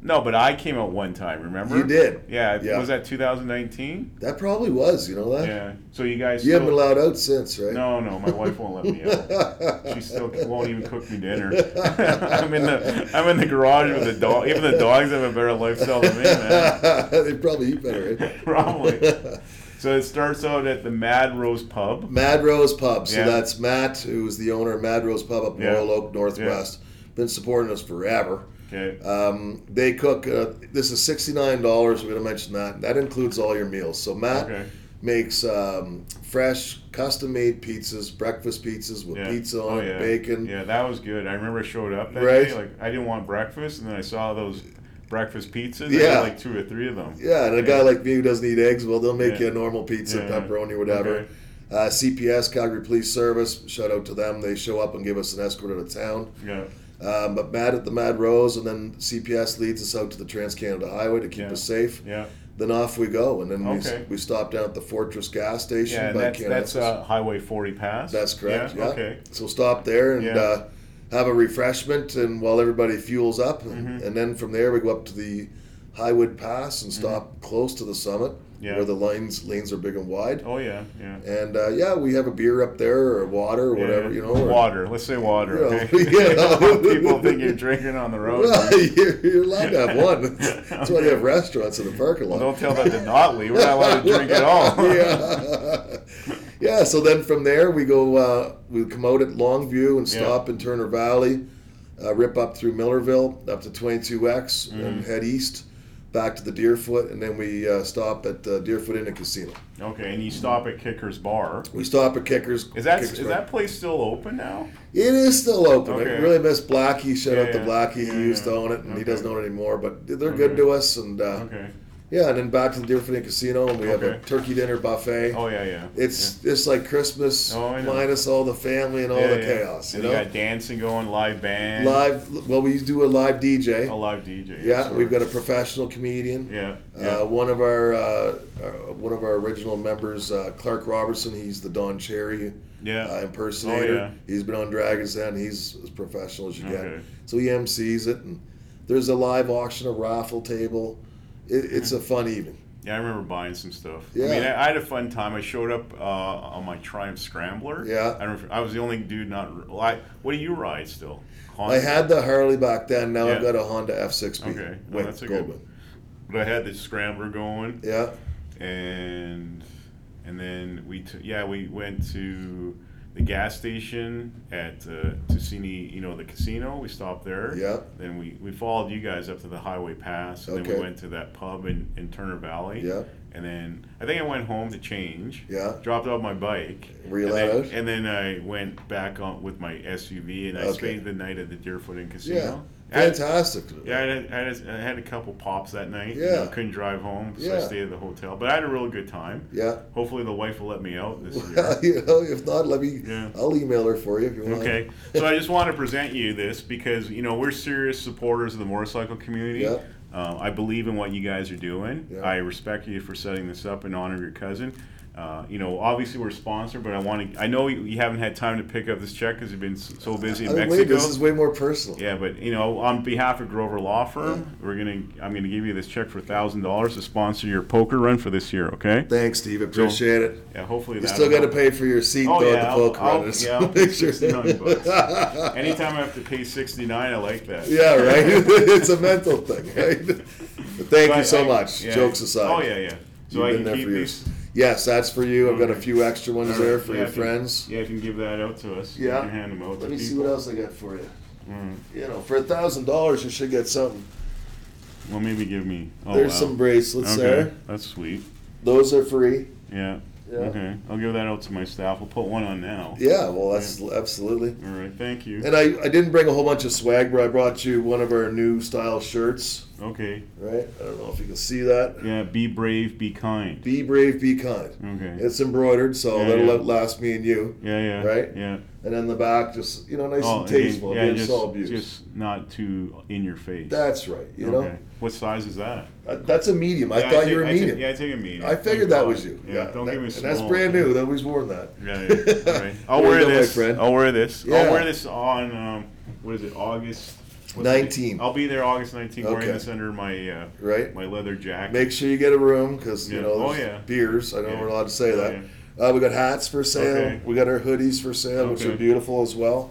B: No, but I came out one time. Remember?
C: You did.
B: Yeah.
C: Yeah.
B: Was that 2019?
C: That probably was, you know that.
B: Yeah. So you guys.
C: You
B: still,
C: haven't been allowed out since, right?
B: No, no, my wife won't let me out. She still won't even cook me dinner. I'm in the I'm in the garage with the dog. Even the dogs have a better lifestyle than me, man.
C: they probably eat better. Right?
B: Probably. So it starts out at the Mad Rose Pub.
C: Mad Rose Pub. So
B: Yeah.
C: that's Matt, who's the owner of Mad Rose Pub up in
B: Yeah.
C: Royal Oak, Northwest. Been supporting us forever.
B: Okay.
C: Um, they cook. Uh, this is sixty nine dollars. We're gonna mention that. That includes all your meals. So Matt
B: Okay.
C: makes um, fresh, custom made pizzas, breakfast pizzas with
B: Yeah.
C: pizza
B: Oh,
C: on it,
B: yeah.
C: bacon.
B: Yeah, that was good. I remember I showed up that
C: Right.
B: day. Like I didn't want breakfast, and then I saw those breakfast pizzas. I
C: Yeah.
B: had like two or three of them.
C: Yeah, and a guy
B: Yeah.
C: like me who doesn't eat eggs, well, they'll make
B: Yeah.
C: you a normal pizza,
B: Yeah.
C: pepperoni, whatever.
B: Okay.
C: Uh, CPS, Calgary Police Service, shout out to them. They show up and give us an escort out of town.
B: Yeah.
C: Um, but Mad at the Mad Rose, and then CPS leads us out to the Trans Canada Highway to keep
B: Yeah.
C: us safe.
B: Yeah.
C: Then off we go, and then
B: Okay.
C: we, we stop down at the Fortress gas station
B: Yeah, and
C: by
B: that's
C: Canada.
B: that's uh, Highway 40 pass.
C: That's correct.
B: Yeah.
C: Yeah.
B: Okay.
C: So stop there and
B: Yeah.
C: uh, have a refreshment, and while everybody fuels up, and,
B: Mm-hmm.
C: and then from there we go up to the Highwood Pass and stop close to the summit,
B: Yeah.
C: where the lines lanes are big and wide.
B: Oh yeah. Yeah.
C: And uh, yeah, we have a beer up there or water or whatever,
B: Yeah.
C: you know. or-
B: Water. Let's say water.
C: Yeah.
B: Okay.
C: Yeah.
B: People think you're drinking on the road.
C: Well, you're, you're allowed to have one. That's, that's why they have restaurants in the parking lot.
B: Don't tell that to Notley. We're not allowed to drink at all.
C: yeah. yeah. So then from there we go. Uh, we come out at Longview and
B: Yeah.
C: stop in Turner Valley, uh, rip up through Millerville up to 22X and
B: Mm-hmm.
C: head east back to the Deerfoot, and then we uh, stop at uh, Deerfoot Inn and Casino.
B: Okay, and you stop at Kicker's Bar.
C: We stop at Kickers.
B: Is that
C: Kickers
B: is
C: Bar.
B: that place still open now?
C: It is still open. I
B: Okay.
C: really miss Blackie. Shout
B: Yeah,
C: out to
B: yeah.
C: Blackie.
B: Yeah,
C: he used
B: yeah.
C: to own it, and he
B: Okay. Mm-hmm.
C: doesn't own it anymore. But they're good to us, and uh,
B: Okay.
C: yeah, and then back to the Deerfoot Inn Casino, and we have a
B: Okay.
C: turkey dinner buffet.
B: Oh yeah, yeah.
C: It's just like Christmas
B: Oh, I know.
C: minus all the family and all
B: yeah,
C: the
B: yeah.
C: chaos. You
B: And
C: know,
B: got dancing going, live band,
C: live. Well, we do a live DJ.
B: a live DJ.
C: yeah,
B: sort
C: we've
B: of.
C: got a professional comedian.
B: Yeah.
C: Uh, one of our uh, our- one of our original members, uh, Clark Robertson. He's the Don Cherry
B: yeah.
C: uh, impersonator.
B: Oh, yeah.
C: He's been on Dragon's Den. He's as professional as you
B: Okay.
C: get. So he MCs it, and there's a live auction, a raffle table. It, it's a fun evening.
B: yeah, I remember buying some stuff.
C: Yeah.
B: I mean, I, I had a fun time. I showed up uh, on my Triumph Scrambler.
C: Yeah.
B: I, don't, I was the only dude not. r- Well, I, what do you ride still?
C: I
B: Honda.
C: had the Harley back then. Now I've
B: Yeah.
C: got a Honda F6B.
B: Okay. No,
C: Wait,
B: that's a good
C: Goldwyn.
B: But I had the Scrambler going.
C: Yeah.
B: and and then we t- yeah we went to the gas station at uh, Ticini, you know, the casino. We stopped there.
C: Yeah.
B: Then we, we followed you guys up to the highway pass, and then
C: Okay.
B: we went to that pub in, in Turner Valley.
C: Yeah.
B: And then I think I went home to change.
C: Yeah.
B: Dropped off my bike.
C: Were you
B: and
C: allowed
B: then,
C: out?
B: And then I went back on with my SUV, and I
C: Okay.
B: stayed the night at the Deerfoot Inn
C: Yeah.
B: Casino. I had-
C: Fantastic.
B: yeah, I had, I, had, I had a couple pops that night. you
C: Yeah.
B: know, couldn't drive home, so
C: Yeah.
B: I stayed at the hotel. But I had a real good time.
C: Yeah.
B: Hopefully, the wife will let me out this year.
C: Well, you know, if not, let me.
B: Yeah.
C: I'll email her for you if you want.
B: okay, so I just want to present you this because you know we're serious supporters of the motorcycle community.
C: Yeah.
B: Uh, I believe in what you guys are doing.
C: Yeah.
B: I respect you for setting this up in honor of your cousin. Uh, you know, obviously we're sponsored, but I want to. I know you you haven't had time to pick up this check because you've been s- so busy in
C: I mean,
B: Mexico.
C: wait, this is way more personal.
B: Yeah, but you know, on behalf of Grover Law Firm, we're gonna I'm gonna give you this check for thousand dollars to sponsor your poker run for this year. Okay?
C: Thanks, Steve. Appreciate it.
B: Yeah, hopefully
C: You
B: that.
C: still got to pay for your seat
B: Oh
C: though
B: yeah,
C: at the
B: I'll-
C: poker
B: I'll-
C: runners.
B: yeah, I'll pay
C: Make sure-
B: 69 bucks. Anytime I have to pay sixty nine, I like that.
C: Yeah, right. it's a mental thing, right? But thank
B: So I-
C: you so
B: I-
C: much.
B: yeah.
C: Jokes aside,
B: Oh yeah, yeah. So
C: you've
B: I
C: been
B: can
C: there
B: keep
C: for years.
B: these.
C: Yes, that's for you. I've got a
B: Okay.
C: few extra ones
B: All right,
C: there for
B: yeah,
C: your
B: if you-
C: friends.
B: Yeah, if you can give that out to us.
C: Yeah.
B: You can hand them out
C: Let
B: to
C: me see
B: people. Mm.
C: what else I got for you. You know, for a thousand dollars, you should get something.
B: Well, maybe give me. Oh,
C: There's
B: wow.
C: some bracelets
B: Okay,
C: there.
B: that's sweet.
C: Those are free.
B: Yeah.
C: Yeah.
B: Okay, I'll give that out to my staff. We'll put one on now.
C: Yeah, well, that's absolutely.
B: All right, thank you.
C: And I, I didn't bring a whole bunch of swag, but I brought you one of our new style shirts.
B: Okay.
C: Right? I don't know if you can see that.
B: Yeah, be brave, be kind.
C: Be brave, be kind.
B: Okay.
C: It's embroidered, so
B: Yeah,
C: that'll
B: yeah.
C: last me and you.
B: yeah, yeah.
C: Right?
B: Yeah.
C: And then the back, just you know, nice and
B: again,
C: tasteful.
B: Oh, yeah,
C: against
B: just,
C: all abuse.
B: just not too in your face.
C: that's right. You
B: okay. What size is that?
C: know, Uh, that's a medium. I
B: Yeah,
C: thought
B: take-
C: you were a
B: I take-
C: medium.
B: yeah, I take a medium.
C: I figured
B: Thank
C: that
B: God.
C: was you.
B: Yeah, don't
C: that-
B: give me a
C: and that's
B: small.
C: brand new. That we've worn that.
B: Yeah, yeah. All right. I'll
C: There you
B: wear
C: go, my
B: this.
C: friend.
B: I'll wear this.
C: Yeah.
B: I'll wear this on um, what is it? August what's
C: 19.
B: it? I'll be there August 19th
C: Okay.
B: wearing this under my uh,
C: Right.
B: my leather jacket.
C: Make sure you get a room because you
B: Yeah.
C: know
B: Oh,
C: there's
B: yeah.
C: beers. I know
B: Yeah. Oh,
C: we're allowed to say
B: Yeah,
C: that. Uh, we got hats for sale.
B: Okay.
C: We got our hoodies for sale, which are
B: Okay. Mm-hmm.
C: beautiful as well.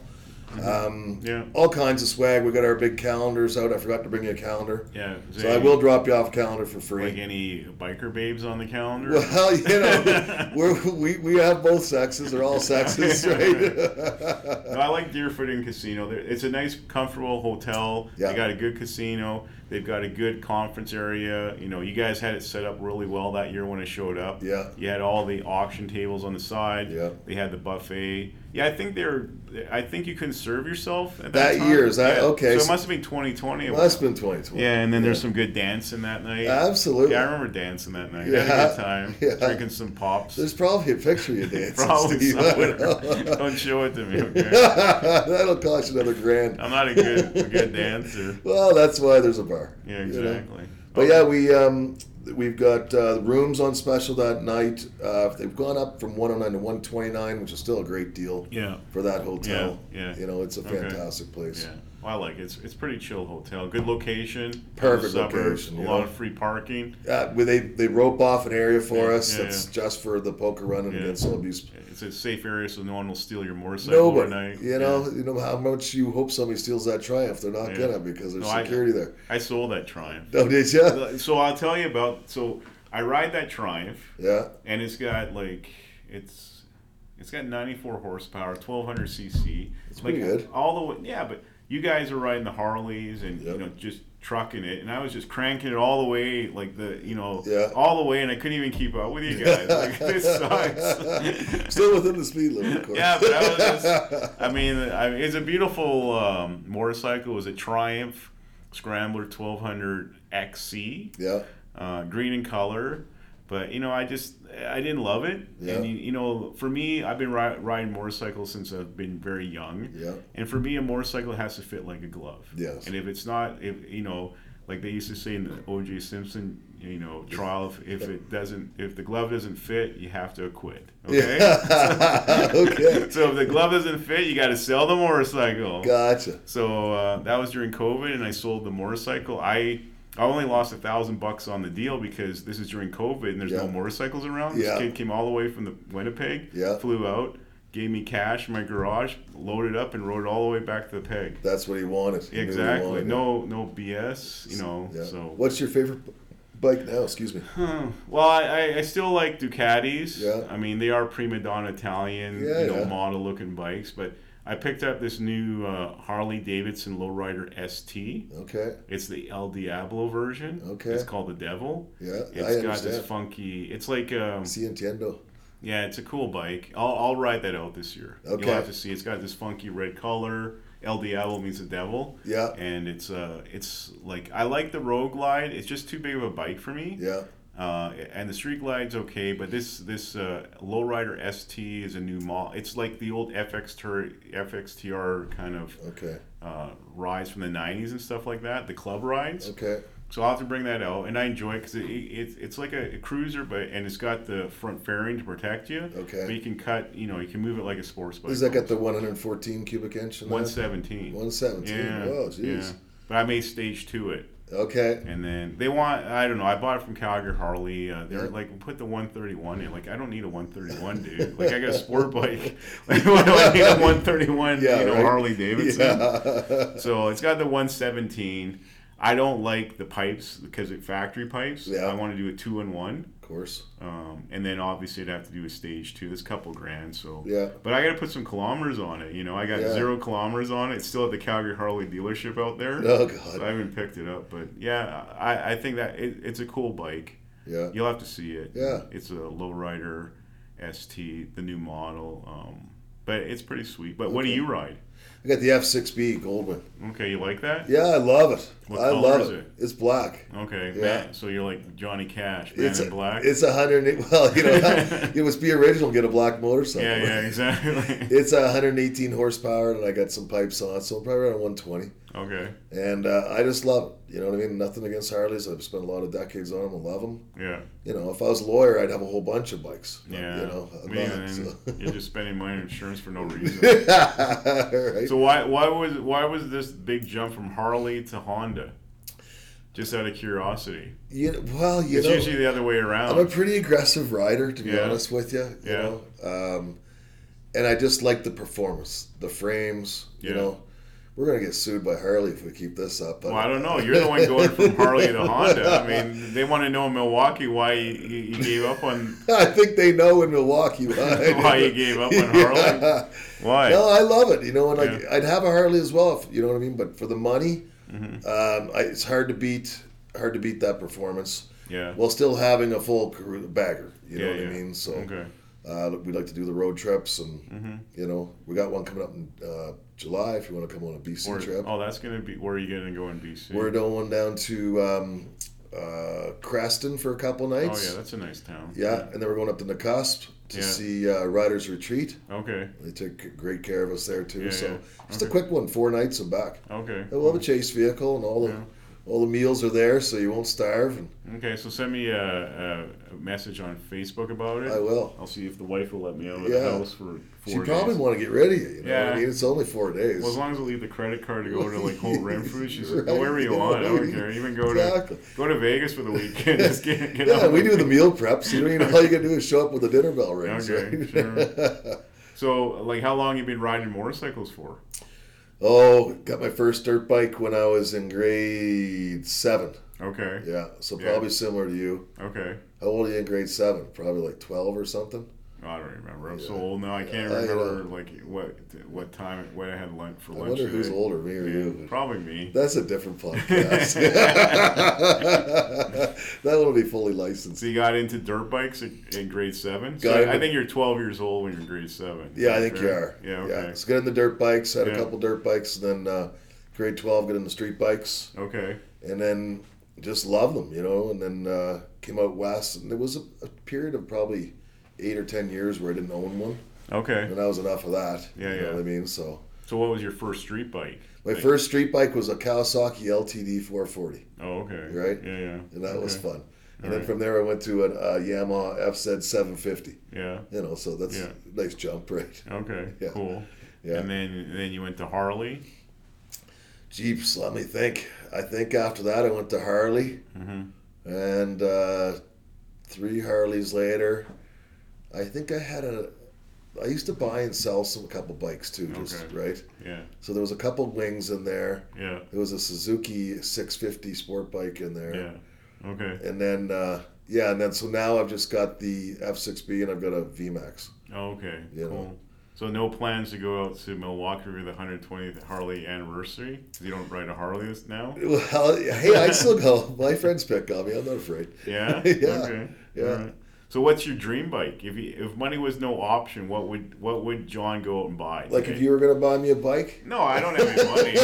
C: Um,
B: Yeah.
C: All kinds of swag. We got our big calendars out. I forgot to bring you a calendar,
B: yeah. Is
C: so
B: there
C: I
B: any-
C: will drop you off a calendar for free.
B: like any biker babes on the calendar.
C: Well, you know, we're, we we have both sexes. They're all sexes, right?
B: No, I like Deerfoot Inn Casino. They're- It's a nice, comfortable hotel.
C: Yeah.
B: They got a good casino. They've got a good conference area. You know, you guys had it set up really well that year when I showed up.
C: Yeah.
B: You had all the auction tables on the side.
C: Yeah.
B: They had the buffet. Yeah, I think they're. I think you couldn't serve yourself at
C: That
B: that, time.
C: year, is that-
B: Yeah.
C: okay,
B: So
C: so-
B: it must have been 2020.
C: well, that's been 2020.
B: yeah, and then there's some good dancing that night.
C: Absolutely.
B: Yeah, I remember dancing that night. I
C: Yeah.
B: had a good time.
C: Yeah.
B: Drinking some pops.
C: There's probably a picture of you dancing,
B: Probably
C: Steve. I don't
B: somewhere.
C: know.
B: Don't show it to me. Okay?
C: That'll cost you another grand.
B: I'm not a good a good dancer.
C: Well, that's why there's a bar.
B: Yeah,
C: you know?
B: exactly.
C: But yeah, we um, we've got uh, rooms on special that night. Uh, they've gone up from 109 to 129, which is still a great deal
B: yeah,
C: for that hotel.
B: Yeah, yeah.
C: You know, it's a
B: Okay.
C: fantastic place.
B: yeah. Well, I like it. It's it's pretty chill hotel. Good location.
C: Perfect
B: suburbs,
C: location,
B: A
C: yeah.
B: lot of free parking.
C: Uh, where they they rope off an area for
B: Yeah,
C: us
B: yeah,
C: that's just for the poker run and
B: Yeah.
C: against all abuse.
B: It's a safe area, so no one will steal your motorcycle
C: Nobody,
B: overnight.
C: you know, you know how much you hope somebody steals that Triumph. They're not
B: Yeah.
C: gonna because there's
B: No, I-
C: security there.
B: Yeah. I sold that Triumph.
C: Oh, did ya?
B: So I'll tell you about. So I ride that Triumph.
C: Yeah,
B: and it's got like it's it's got 94 horsepower 1200 cc it's like
C: pretty good.
B: all the way yeah but you guys are riding the harleys and
C: Yep.
B: you know just trucking it and i was just cranking it all the way like the you know
C: Yeah.
B: all the way and i couldn't even keep up with you guys like this sucks
C: still within the speed limit, of course.
B: Yeah, but I was just, I mean, I mean, it's a beautiful um, motorcycle. It was a Triumph Scrambler 1200 XC
C: yeah,
B: uh, green in color. But you know, I just I didn't love it.
C: Yeah.
B: And you, you know, for me, I've been ri- riding motorcycles since I've been very young.
C: Yeah.
B: And for me, a motorcycle has to fit like a glove.
C: Yes.
B: And if it's not, if you know, like they used to say in the O.J. Simpson, you know, trial, if, if it doesn't, if the glove doesn't fit, you have to acquit. Okay.
C: Yeah. Okay.
B: so if the glove doesn't fit, you got to sell the motorcycle.
C: gotcha.
B: So uh, that was during COVID, and I sold the motorcycle. I I only lost a thousand bucks on the deal because this is during COVID and there's no
C: Yeah.
B: motorcycles around. This
C: Yeah.
B: kid came all the way from the Winnipeg,
C: Yeah.
B: flew out, gave me cash in my garage, loaded up, and rode all the way back to the peg.
C: That's what he wanted. He knew he
B: Exactly.
C: wanted it.
B: No no BS. You know.
C: Yeah.
B: So
C: What's your favorite Bike now, excuse me.
B: Well, I, I- I still like Ducatis.
C: Yeah.
B: I mean, they are prima donna Italian,
C: Yeah,
B: you know,
C: yeah.
B: model looking bikes. But I picked up this new uh, Harley Davidson Lowrider ST.
C: Okay.
B: It's the El Diablo version.
C: Okay.
B: It's called the Devil.
C: Yeah,
B: It's
C: I
B: got this
C: understand.
B: funky. It's like um,
C: Si entiendo.
B: yeah, it's a cool bike. I'll, I'll ride that out this year.
C: Okay.
B: You'll have to see. It's got this funky red color. El Diablo means the devil.
C: Yeah.
B: And it's uh, it's like I like the Road Glide. It's just too big of a bike for me.
C: Yeah.
B: Uh, and the Street Glide's okay, but this this uh, Lowrider ST is a new model. It's like the old FX tur- FXTR kind of
C: Okay.
B: uh, rides from the '90s and stuff like that. The club rides.
C: Okay.
B: So I'll have to bring that out, and I enjoy it because it, it, it's like a, cruiser, but and it's got the front fairing to protect you.
C: Okay.
B: But you can cut, you know, you can move it like a sports bike.
C: Is that got the 114 cubic inch? in that?
B: 117?
C: 117.
B: Yeah.
C: Oh, jeez.
B: Yeah. But I made stage to it,
C: Okay.
B: and then they want I don't know. I bought it from Calgary Harley. Uh, they're
C: Yeah.
B: like put the 131 in. Like I don't need a 131, dude. Like I got a sport bike. Like why do I need a 131?
C: Yeah,
B: you know
C: right.
B: Harley Davidson.
C: Yeah.
B: So it's got the 117. I don't like the pipes because it factory pipes.
C: Yeah.
B: I want to do a two and one,
C: of course.
B: um, and then obviously I'd have to do a stage two. That's a couple grand. So
C: Yeah.
B: but I got to put some kilometers on it. You know, I got
C: Yeah.
B: zero kilometers on it. It's still at the Calgary Harley dealership out there.
C: Oh,
B: So I
C: God.
B: haven't picked it up, but yeah, I, I think that it, it's a cool bike.
C: Yeah.
B: You'll have to see it.
C: Yeah.
B: It's a lowrider ST, the new model. Um, but it's pretty sweet. But what do
C: Okay.
B: you ride?
C: I got the F6B Goldwyn.
B: Okay, you like that?
C: Yeah, I love it.
B: What
C: I
B: color
C: love
B: is
C: it.
B: it?
C: It's black.
B: Okay,
C: Yeah.
B: man, so you're like Johnny Cash, man
C: it's
B: in black.
C: It's a hundred. and eight- Well, you know, it was be original. Get a black motorcycle.
B: yeah, yeah, exactly.
C: It's a 118 horsepower, and I got some pipes on, it, so I'm probably around 120.
B: okay,
C: And uh, I just love it. You know what I mean? Nothing against Harleys. I've spent a lot of decades on them. I love them.
B: yeah,
C: You know, if I was a lawyer, I'd have a whole bunch of bikes. but,
B: yeah.
C: You know, I'm
B: man,
C: not, so.
B: you're just spending money on insurance for no reason.
C: Right.
B: so why why was why was this big jump from Harley to Honda? Just out of curiosity.
C: You know, well, you
B: It's
C: know,
B: usually the other way around.
C: I'm a pretty aggressive rider, to be
B: Yeah.
C: honest with you. You
B: Yeah.
C: know, um, and I just like the performance, the frames. You
B: Yeah.
C: know, we're gonna get sued by Harley if we keep this up. but-
B: Well, I don't know. You're the one going from Harley to Honda. I mean, they want to know in Milwaukee why you, you you gave up on
C: I think they know in Milwaukee why,
B: why you gave up on Harley.
C: Yeah.
B: Why?
C: No, I love it. You know, and like,
B: Yeah.
C: I'd have a Harley as well. If, you know what I mean? But for the money,
B: Mm-hmm.
C: um, I, it's hard to beat. Hard to beat that performance
B: yeah.
C: while still having a full career bagger. You know
B: Yeah,
C: what
B: yeah.
C: I mean? So
B: okay.
C: uh, we like to do the road trips, and
B: Mm-hmm.
C: you know, we got one coming up in uh, July. If you want to come on a BC
B: Where-
C: trip,
B: oh, that's gonna be where are you gonna go in BC?
C: we're going down to um, uh, Creston for a couple
B: oh
C: nights.
B: yeah, that's a nice town.
C: Yeah, and then we're going up to Nakasp to
B: Yeah.
C: see uh, Riders Retreat.
B: Okay.
C: They took great care of us there too.
B: Yeah,
C: so
B: yeah.
C: just a quick one, four nights and back.
B: Okay.
C: And we'll have a chase vehicle, and all the
B: Yeah.
C: all the meals are there, so you won't starve. And
B: Okay. So send me a, a- a message on Facebook about it.
C: I will.
B: I'll see if the wife will let me out of the
C: Yeah.
B: house for four
C: She probably
B: days.
C: want to get rid of you. You know what
B: Yeah.
C: I mean? It's only four days.
B: Well, as long as I leave the credit card to go to like whole rim food, she's like,
C: Right,
B: go wherever you
C: yeah,
B: want. I don't
C: right.
B: care. Even go
C: Exactly.
B: to go to Vegas for the weekend. Just get, get
C: yeah,
B: out.
C: we do the meal preps. You know, you know, all you gotta do is show up with the dinner bell rings.
B: Okay,
C: right?
B: sure. So, like, how long you been riding motorcycles for?
C: Oh, got my first dirt bike when I was in grade seven.
B: Okay.
C: Yeah, so
B: Yeah.
C: probably similar to you.
B: Okay.
C: How old are you in grade seven? Probably like twelve or something.
B: Oh, I don't remember. I'm so old now. I can't
C: I
B: remember like what what time what I had lunch for
C: I
B: lunch.
C: wonder who's
B: today.
C: older, me or you.
B: Probably me.
C: That's a different podcast. that one will be fully licensed.
B: So you got into dirt bikes in, in grade seven. So
C: Got
B: I
C: into-
B: think you're 12 years old when you're in grade seven. Is
C: Yeah, I
B: that
C: think you are.
B: fair? Yeah. Okay.
C: So get in the dirt bikes. Had
B: Yeah.
C: a couple dirt bikes, and then uh, grade twelve, get in the street bikes,
B: Okay.
C: and then just love them, you know. And then uh, came out west, and there was a, a period of probably eight or ten years where I didn't own one,
B: Okay.
C: and that was enough of that.
B: Yeah,
C: you
B: yeah.
C: know what I mean. So
B: So what was your first street bike?
C: my
B: Like-
C: first street bike was a Kawasaki LTD 440.
B: Oh, okay.
C: Right?
B: Yeah, yeah.
C: and that was
B: Okay.
C: fun. And then from there, I went to a uh, Yamaha FZ 750.
B: Yeah.
C: You know, so that's
B: Yeah.
C: a nice jump, right?
B: Okay.
C: Yeah.
B: Cool.
C: Yeah.
B: And then then you went to Harley.
C: Jeeps, let me think. I think after that, I went to Harley,
B: Mhm.
C: and uh, three Harleys later, I think I had a. I used to buy and sell some a couple bikes too, just
B: Okay.
C: right.
B: Yeah.
C: So there was a couple wings in there.
B: Yeah.
C: There was a Suzuki 650 sport bike in there.
B: Yeah. Okay.
C: And then uh, yeah, and then so now I've just got the F6B and I've got a VMAX.
B: Oh, Okay.
C: Yeah.
B: Cool. So no plans to go out to Milwaukee for the 120th Harley anniversary? 'Cause you don't ride a Harley this now?
C: Well, hey, I still go. My friends pick on me. I'm not afraid.
B: Yeah.
C: Yeah,
B: Okay.
C: yeah.
B: Alright. So what's your dream bike? If you, if money was no option, what would what would John go out and buy?
C: Like if
B: today?
C: you were gonna buy me a bike.
B: No, I don't have any money.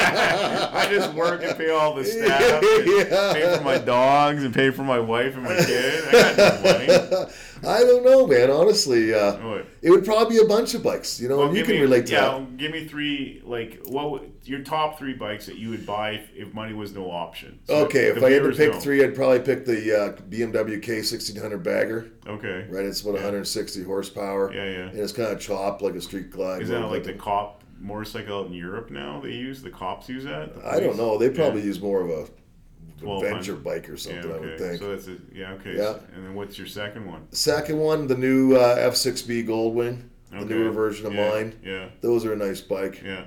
B: I just work and pay all the staff, and
C: Yeah.
B: pay for my dogs, and pay for my wife and my kid. I got no money.
C: I don't know, man. Honestly, uh,
B: What?
C: it would probably be a bunch of bikes. You know,
B: Well,
C: and you
B: give
C: can
B: me,
C: relate to
B: yeah, um,
C: that.
B: Give me three, like, what would- your top three bikes that you would buy if, if money was no option. So
C: Okay,
B: the
C: if I had to
B: viewers
C: pick
B: know.
C: three, I'd probably pick the uh, BMW K1600 bagger.
B: Okay.
C: Right, it's about 160 horsepower.
B: Yeah, yeah.
C: And it's kind of chopped like a street glide.
B: Is that
C: road
B: like the
C: glide.
B: cop motorcycle out in Europe now they use? The cops use that? The
C: I don't
B: police?
C: know. They probably use more of a
B: 1200.
C: adventure bike or something.
B: yeah,
C: I would
B: okay.
C: think.
B: So that's a, yeah, okay.
C: Yeah.
B: And then what's your second one?
C: Second one, the new uh, F6B Goldwing, the
B: Okay.
C: newer version of
B: Yeah,
C: mine.
B: Yeah,
C: Those are a nice bike.
B: yeah.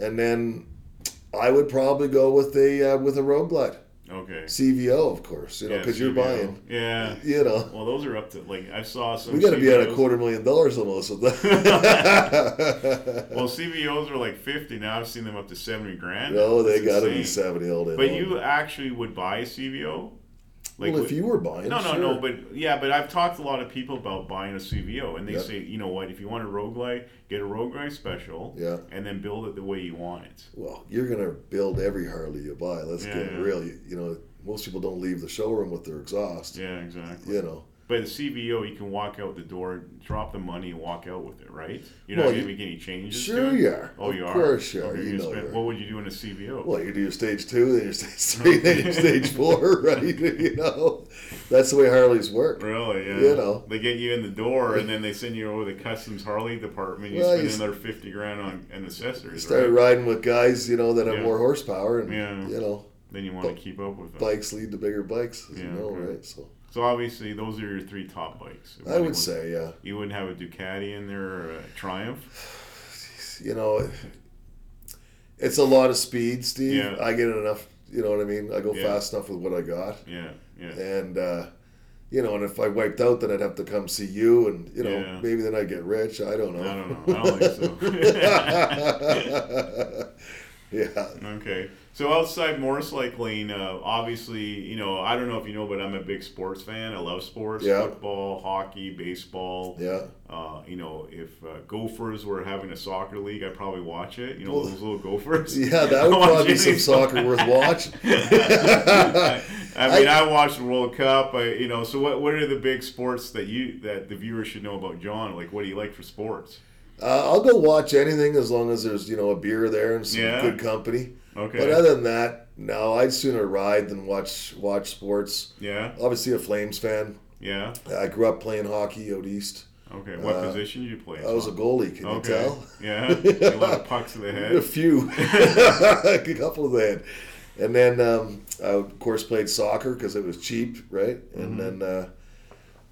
C: And then I would probably go with a uh, with a Road Glide
B: Okay.
C: CVO, of course. You know,
B: Yeah,
C: because you're
B: CBO.
C: buying.
B: Yeah.
C: You know,
B: Well, those are up to like I saw some.
C: we got to be at a
B: CBOs.
C: quarter million dollars almost with that.
B: Well, CVOs are like fifty now. I've seen them up to seventy grand.
C: no, they
B: It's
C: got to be
B: insane.
C: seventy all day.
B: But
C: long.
B: you actually would buy a CVO. Like
C: well,
B: would-
C: if you were buying,
B: No, no,
C: sure.
B: no. But yeah, but I've talked to a lot of people about buying a CVO, and they
C: Yeah.
B: say, you know what? If you want a roguelite, get a roguelite special,
C: Yeah.
B: and then build it the way you want it.
C: well, you're gonna build every Harley you buy. Let's
B: Yeah,
C: get
B: yeah.
C: real. You, you know, most people don't leave the showroom with their exhaust.
B: Yeah, exactly.
C: You know,
B: But the CVO, you can walk out the door, drop the money, and walk out with it, right? You're
C: Well,
B: not
C: you-
B: gonna make any changes. to
C: sure
B: it?
C: you are.
B: Oh,
C: Of
B: you are.
C: course you are.
B: Okay,
C: You
B: you
C: know
B: spend-
C: you are.
B: What would you do in a CVO?
C: well, you do your stage two, then your stage three, then your stage four, right? you know, that's the way Harleys work.
B: Really? Yeah.
C: You know.
B: They get you in the door, and then they send you over to the customs Harley department. You
C: Well,
B: spend
C: you s-
B: another fifty grand on and accessories.
C: Start
B: right?
C: riding with guys, you know, that have
B: Yeah.
C: more horsepower, and
B: Yeah.
C: you know,
B: Then you want to keep up with them.
C: bikes lead to bigger bikes, as you
B: Yeah,
C: know,
B: okay.
C: right? So
B: So obviously, those are your three top bikes. If
C: I
B: anyone-
C: would say, yeah,
B: you wouldn't have a Ducati in there or a Triumph.
C: you know, it's a lot of speed, Steve.
B: Yeah.
C: I get enough. You know what I mean? I go
B: Yeah.
C: fast enough with what I got.
B: Yeah, yeah.
C: and uh, you know, and if I wiped out, then I'd have to come see you, and you know,
B: Yeah.
C: maybe then I'd get rich. I don't know.
B: I don't know. I don't think so.
C: yeah,
B: okay. So outside motorcycling, uh, obviously, you know, I don't know if you know, but I'm a big sports fan. I love sports,
C: Yeah.
B: football, hockey, baseball.
C: yeah.
B: Uh, you know, if uh, Gophers were having a soccer league, I'd probably watch it. You know,
C: Well,
B: those little Gophers.
C: Yeah, that would
B: I watch
C: probably be some
B: any-
C: soccer worth watching.
B: I mean, I, watched the World Cup. I, you know, so what? What are the big sports that you that the viewers should know about John? Like, what do you like for sports?
C: Uh, I'll go watch anything as long as there's you know a beer there and some
B: Yeah.
C: good company.
B: Okay.
C: But other than that, no, I'd sooner ride than watch watch sports.
B: yeah.
C: Obviously, a Flames fan.
B: Yeah.
C: I grew up playing hockey out east.
B: Okay. What
C: Uh,
B: position do you play? as
C: I was a
B: well?
C: goalie. Can you
B: okay.
C: tell?
B: Yeah. A lot of pucks to the
C: A
B: head.
C: few, a couple of that, and then um, I of course played soccer because it was cheap, right? And
B: Mm-hmm.
C: then uh,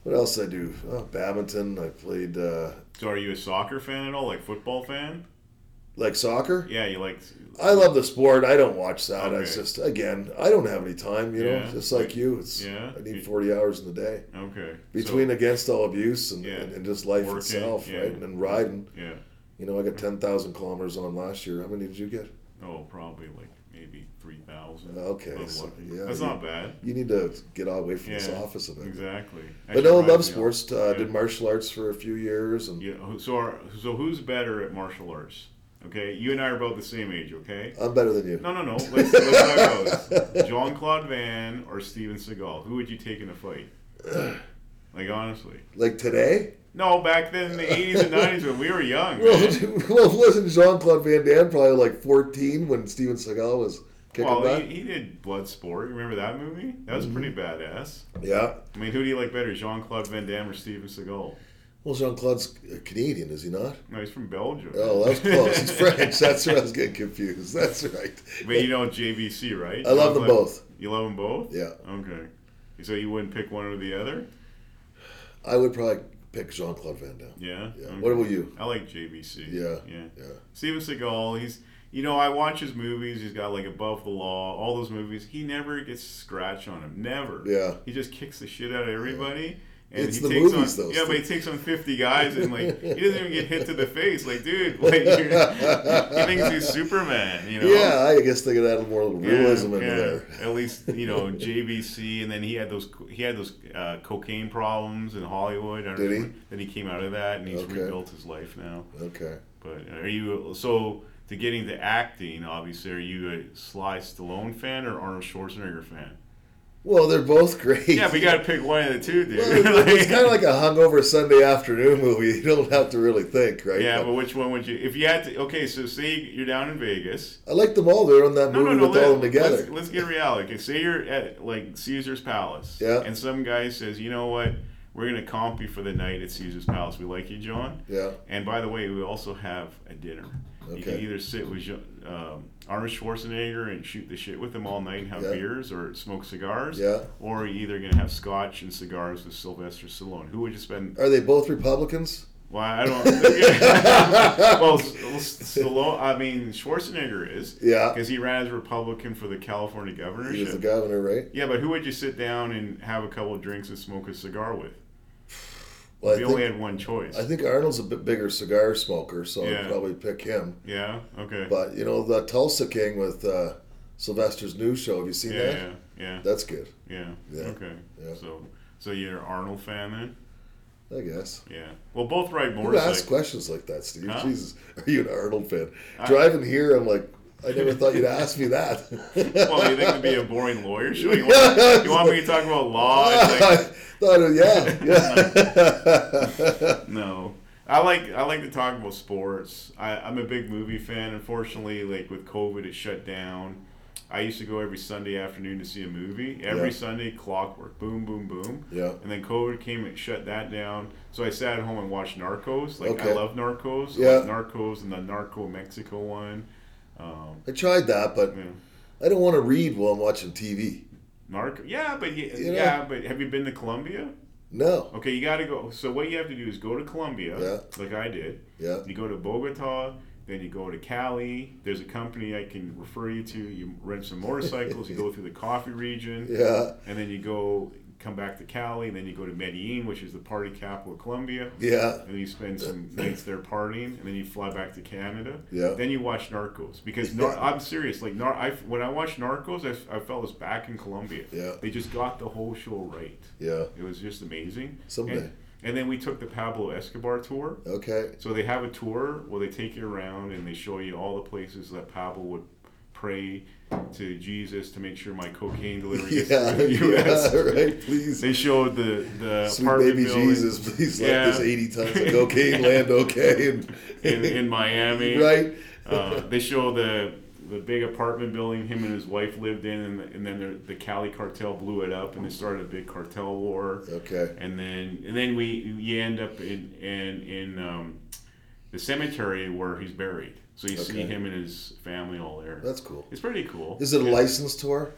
C: what else did I do? Oh, badminton. I played uh,
B: So, are you a soccer fan at all? Like football fan?
C: like soccer.
B: Yeah. You like?
C: I love the sport. I don't watch that. It's
B: Okay.
C: just again, I don't have any time. You know,
B: Yeah.
C: just like you, it's
B: Yeah.
C: I need forty hours in the day
B: Okay.
C: between
B: so,
C: against all abuse and,
B: Yeah.
C: and, and just life
B: Working,
C: itself,
B: yeah.
C: right? And then riding.
B: yeah.
C: You know, I got ten thousand kilometers on last year. How many did you get?
B: Oh, probably like maybe three thousand.
C: Okay, so, yeah,
B: That's
C: you-
B: not bad.
C: You need to get away from this
B: Yeah,
C: office a bit.
B: Exactly.
C: But no,
B: Actually,
C: love
B: right, yeah.
C: sports. Uh,
B: Yeah.
C: Did martial arts for a few years, and
B: Yeah. who- So, are, so who's better at martial arts? Okay, you and I are about the same age. Okay.
C: I'm better than you.
B: No, no, no. Let's, let's talk about John Claude Van or Steven Seagal. Who would you take in a fight? Like honestly.
C: Like today,
B: No, back then in the eighties and nineties when we were young.
C: well,
B: man.
C: well, wasn't Jean Claude Van Damme probably like 14 when Steven Seagal was kicking
B: Well,
C: butt? Mm-hmm.
B: he, he did Bloodsport. You remember that movie? That was pretty badass.
C: Yeah.
B: I mean, who do you like better, Jean Claude Van Damme or Steven Seagal?
C: Well, Jean Claude's Canadian, is he not?
B: No, he's from Belgium.
C: Oh, that's close. He's French. That's where I was getting confused. That's right.
B: But you know JVC, right?
C: I love
B: Jean
C: them
B: Claude-
C: both.
B: You love them both?
C: Yeah,
B: Okay. So you wouldn't pick one or the other?
C: I would probably pick Jean Claude Van Damme.
B: Yeah.
C: Yeah.
B: Okay.
C: What about you?
B: I like JVC.
C: Yeah.
B: Yeah.
C: Yeah.
B: Steven Seagal, he's you know, I watch his movies. He's got like Above the Law, all those movies. He never gets scratch on him. Never.
C: Yeah.
B: He just kicks the shit out of everybody. And
C: It's
B: he
C: the
B: takes
C: movies,
B: on,
C: though,
B: Yeah, but he
C: Steve.
B: takes on 50 guys and, like, he doesn't even get hit to the face. Like, dude, like, you're, he thinks he's Superman, you know?
C: Yeah, I guess they could add more little realism into there.
B: At least you know JVC, and then he had those he had those uh, cocaine problems in Hollywood. I don't
C: Did he?
B: remember. Then he came out of that, and he's
C: Okay.
B: rebuilt his life now.
C: Okay.
B: But are you so to getting to acting? Obviously, are you a Sly Stallone fan or Arnold Schwarzenegger fan?
C: Well, they're both great.
B: Yeah, but you got to pick one of the two, dude.
C: Well, it- it's kind of like a hungover Sunday afternoon movie. You don't have to really think, right?
B: yeah, but which one would you? If you had to, okay, so say you're down in Vegas.
C: I like them all. They're in that
B: No, no,
C: movie
B: no.
C: with
B: Let,
C: all them together.
B: Let's, let's get reality. Okay, say you're at like Caesar's Palace.
C: Yeah.
B: And some guy says, you know what? We're gonna comp you for the night at Caesar's Palace. We like you, John.
C: Yeah.
B: And by the way, we also have a dinner. You can
C: Okay.
B: either sit with Jo- um, Arnold Schwarzenegger and shoot the shit with him all night and have
C: Yeah.
B: beers or smoke cigars.
C: Yeah.
B: Or you're either gonna have scotch and cigars with Sylvester Stallone. Who would you spend?
C: Are they both Republicans?
B: Well, I don't. well, S- well, Stallone. I mean, Schwarzenegger is.
C: Yeah.
B: Because he ran as Republican for the California
C: He was the
B: governorship.
C: governor, right?
B: Yeah, but who would you sit down and have a couple of drinks and smoke a cigar with?
C: Well, I
B: we
C: think,
B: only had one choice.
C: I think Arnold's a bit bigger cigar smoker, so
B: Yeah.
C: I'd probably pick him.
B: yeah. Okay.
C: But you know, the Tulsa King with uh, Sylvester's new show. Have you seen
B: yeah,
C: that?
B: yeah. Yeah.
C: That's good,
B: Yeah.
C: Yeah.
B: Okay.
C: Yeah.
B: So, so you're an Arnold fan then?
C: I guess.
B: Yeah. Well, both ride
C: Who asks
B: motorcycles.
C: questions like that, Steve?
B: Huh?
C: Jesus, are you an Arnold fan? Driving here, I'm like, I never thought you'd ask me that.
B: Well, you think it'd be a boring lawyer show? You want, you want me to talk about law? It's
C: I
B: like,
C: thought, yeah, yeah.
B: No, I like I like to talk about sports. I, I'm a big movie fan. Unfortunately, like with COVID, it shut down. I used to go every Sunday afternoon to see a movie. Every
C: Yeah.
B: Sunday, clockwork, boom, boom, boom.
C: Yeah.
B: And then COVID came and shut that down. So I sat at home and watched Narcos. Like I
C: Okay.
B: love Narcos. I
C: Yeah.
B: like Narcos and the Narco Mexico one. Um,
C: I tried that, but
B: you know,
C: I don't want to read while I'm watching TV.
B: Narco. Yeah, but yeah,
C: You know-
B: yeah, but have you been to Colombia?
C: No.
B: Okay, you got to go. So what you have to do is go to Colombia,
C: Yeah.
B: like I did.
C: Yeah.
B: You go to Bogota, then you go to Cali. There's a company I can refer you to. You rent some motorcycles. you go through the coffee region,
C: Yeah.
B: and then you go come back to Cali, and then you go to Medellin, which is the party capital of Colombia.
C: Yeah.
B: And then you spend some nights there partying, and then you fly back to Canada.
C: Yeah.
B: Then you watch Narcos because nar- I'm serious. Like nar- I, when I watched Narcos, I, f- I felt I was back in Colombia.
C: Yeah.
B: They just got the whole show right.
C: Yeah.
B: It was just amazing.
C: Someday.
B: And, and then we took the Pablo Escobar tour.
C: Okay.
B: So they have a tour where they take you around and they show you all the places that Pablo would pray to Jesus to make sure my cocaine delivery gets
C: Yeah.
B: to the U.S.
C: Yeah. Right. Please.
B: They showed the the
C: Sweet
B: apartment
C: baby
B: building
C: Jesus, please let
B: Yeah.
C: this 80 tons of cocaine land okay. And,
B: in, in Miami.
C: right?
B: Uh, they show the the big apartment building him and his wife lived in, and, and then the, the Cali cartel blew it up, and they started a big cartel war.
C: Okay.
B: and then and then we you end up in in in um, the cemetery where he's buried. So you see
C: Okay.
B: him and his family all there.
C: That's cool.
B: it's pretty cool.
C: Is it a licensed tour?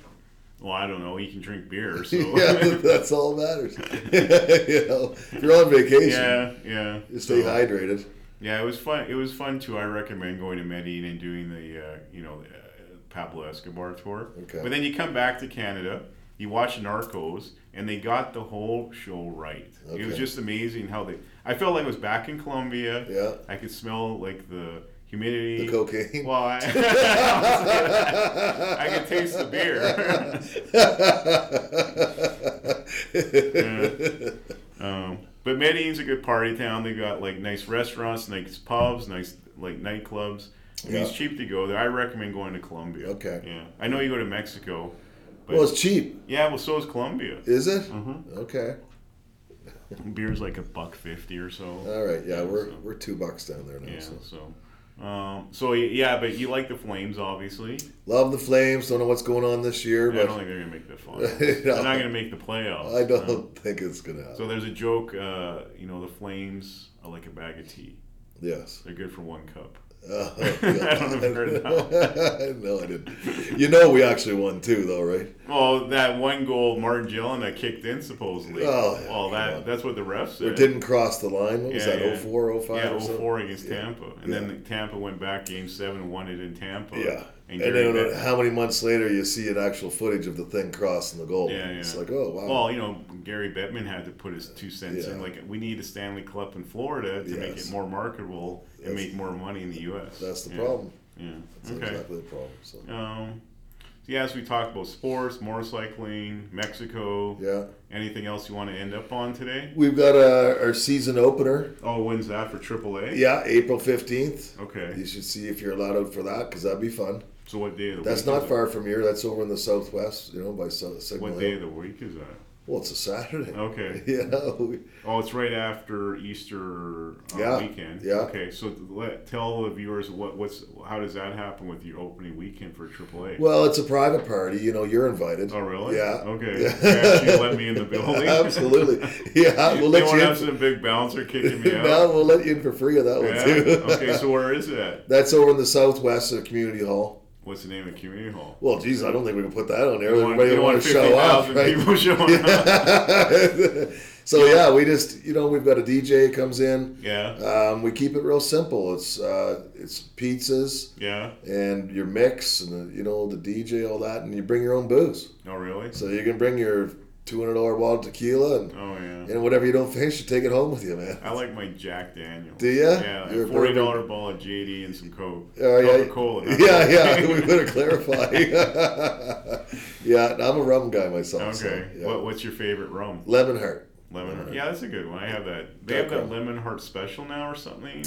B: well, I don't know. He can drink beer, so
C: yeah, that's all that matters. you know, if you're on vacation,
B: yeah, yeah.
C: you stay
B: So,
C: hydrated.
B: Yeah, it was fun. It was fun too. I recommend going to Medellin and doing the uh, you know the, uh, Pablo Escobar tour.
C: Okay.
B: But then you come back to Canada, you watch Narcos, and they got the whole show right. It was
C: Okay.
B: just amazing how they. I felt like I was back in Colombia.
C: Yeah.
B: I could smell like the humidity.
C: The cocaine.
B: Well, I, I could taste the beer. Um, but Medellin's a good party town. They got like nice restaurants, nice pubs, nice like nightclubs. I mean, it's
C: Yeah.
B: cheap to go there. I recommend going to Colombia.
C: Okay.
B: Yeah, I know you go to Mexico. But
C: Well, it's cheap,
B: yeah, well, so is Colombia.
C: is it?
B: Mm-hmm.
C: Okay.
B: Beer's like a buck fifty or so.
C: All right. Yeah, we're we're two bucks down there now.
B: Yeah.
C: Uh, So.
B: So, um, so yeah, but you like the Flames, obviously.
C: Love the Flames. Don't know what's going on this year,
B: I don't
C: but
B: think they're gonna make the finals. They're not gonna make the playoffs.
C: I
B: Mm-hmm.
C: don't think it's gonna happen.
B: So there's a joke. Uh, you know, the Flames are like a bag of tea.
C: Yes.
B: They're good for one cup.
C: Uh,
B: I don't have heard
C: no, I didn't. You know, we actually won two, though, right?
B: Well, that one goal Martin Jelena kicked in supposedly.
C: Oh, yeah,
B: well, that
C: come on.
B: that's what the ref said.
C: Or didn't cross the line. What was
B: Yeah,
C: that,
B: yeah.
C: oh four, oh five,
B: yeah,
C: or something?
B: 04 against Tampa, and
C: yeah.
B: then Tampa went back game seven, won it in Tampa.
C: Yeah.
B: and,
C: And,
B: Gary
C: then
B: Bettman-
C: how many months later you see an actual footage of the thing crossing the goal?
B: Yeah, yeah.
C: It's like, oh, wow.
B: Well, you know, Gary Bettman had to put his two cents
C: Yeah.
B: in. Like, we need a Stanley Cup in Florida to make
C: Yes.
B: it more marketable and
C: That's-
B: make more money in the U.S.
C: That's the
B: Yeah.
C: problem.
B: Yeah.
C: That's
B: okay.
C: exactly the problem. So,
B: Um, so yeah, as we talked about sports, motorcycling, Mexico.
C: yeah.
B: Anything else you want to end up on today?
C: We've got uh, our season opener.
B: Oh, when's that for AAA?
C: Yeah, April 15th. You
B: Okay.
C: should see if you're allowed out for that because that'd be fun.
B: So what day of the
C: That's
B: week?
C: not
B: is
C: far from here. That's over in the southwest, you know, by Sa-
B: That?
C: Signal
B: What day Oh.
C: Hill.
B: of the week is that?
C: Well, it's a Saturday.
B: Okay.
C: Yeah. we-
B: Oh, it's right after Easter uh,
C: Yeah,
B: weekend.
C: yeah.
B: Okay. So let, tell the viewers what what's how does that happen with your opening weekend for AAA?
C: Well, it's a private party. You know, you're invited.
B: Oh, really?
C: Yeah.
B: Okay.
C: Yeah.
B: They actually let me in the building.
C: Absolutely. Yeah, we'll
B: they
C: let
B: won't
C: you
B: have
C: in.
B: some big bouncer kicking me out.
C: No, we'll let you in for free on that one
B: yeah?
C: too.
B: okay. So where is it? at?
C: That's over in the southwest of Community Hall.
B: What's the name of the community hall?
C: Well, geez, I don't think we can put that on there.
B: You
C: Everybody
B: you
C: will want to show up,
B: 50,000
C: right?
B: people showing up.
C: so yeah, we just you know we've got a DJ comes in.
B: Yeah.
C: Um, we keep it real simple. It's uh, it's pizzas
B: Yeah.
C: and your mix and the, you know the DJ all that, and you bring your own booze.
B: Oh, really?
C: So you can bring your two hundred dollar bottle of tequila and,
B: Oh, yeah.
C: and whatever you don't finish, you take it home with you, man.
B: I like my Jack Daniels.
C: Do ya?
B: Yeah,
C: You're a
B: a forty dollar
C: bourbon-
B: ball of JD and some Coke.
C: Oh, yeah.
B: Coca Cola.
C: Yeah, yeah, we better clarify. yeah, and I'm a rum guy myself. so,
B: okay.
C: yeah.
B: What, what's your favorite rum?
C: Lemon heart.
B: Lemon
C: Lemon.
B: heart. Yeah, that's a good one. I have that. They
C: Dark
B: have that
C: rum.
B: lemon heart special now or something.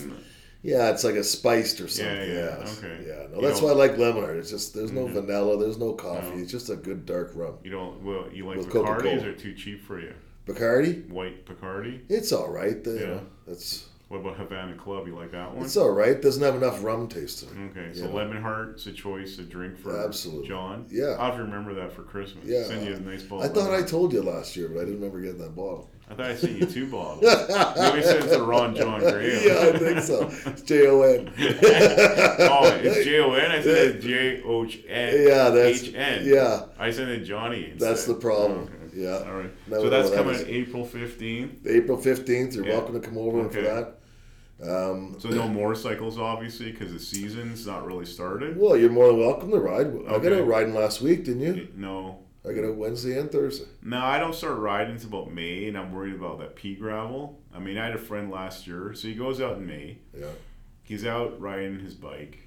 C: Yeah, it's like a spiced or something.
B: yeah,
C: Yeah,
B: okay.
C: Yeah, no,
B: You Mm-hmm.
C: that's
B: know-
C: why I like lemon heart. It's just there's no vanilla, there's no coffee. It's just a good dark rum.
B: You don't. Well, you like
C: With Coca-Cola.
B: Picardis? They're too cheap for you.
C: Bacardi,
B: White Picardi.
C: it's all right. The,
B: Yeah.
C: you know, it's
B: What about Havana Club? You like that one?
C: it's all right. Doesn't have enough rum taste to it.
B: Okay, so
C: Yeah.
B: lemon heart's a choice, a drink for
C: Absolutely.
B: John.
C: Yeah.
B: I'll have to remember that for Christmas.
C: Yeah.
B: Send you a nice bottle.
C: I
B: of
C: thought I
B: lemon.
C: told you last year, but I didn't remember getting that bottle.
B: I thought I sent you two bottles. Maybe I sent it to Ron John Graham.
C: yeah, I think so. It's J O N.
B: oh, it's J O N. I said it's J O H N.
C: Yeah, that's-
B: H N.
C: yeah.
B: I said it Johnny. Instead.
C: That's the problem.
B: Oh, Okay.
C: Yeah.
B: All right.
C: Now
B: so
C: we
B: that's
C: know what
B: coming
C: that is.
B: April fifteenth.
C: April 15th. You're
B: Yeah.
C: welcome to come over and for
B: Okay.
C: that. Um,
B: So no motorcycles, obviously, because the season's not really started.
C: well, you're more than welcome to ride. I got
B: Okay.
C: out riding last week, didn't you?
B: No.
C: I got out Wednesday and Thursday.
B: No, I don't start riding until about May, and I'm worried about that pea gravel. I mean, I had a friend last year, so he goes out in May.
C: Yeah.
B: He's out riding his bike.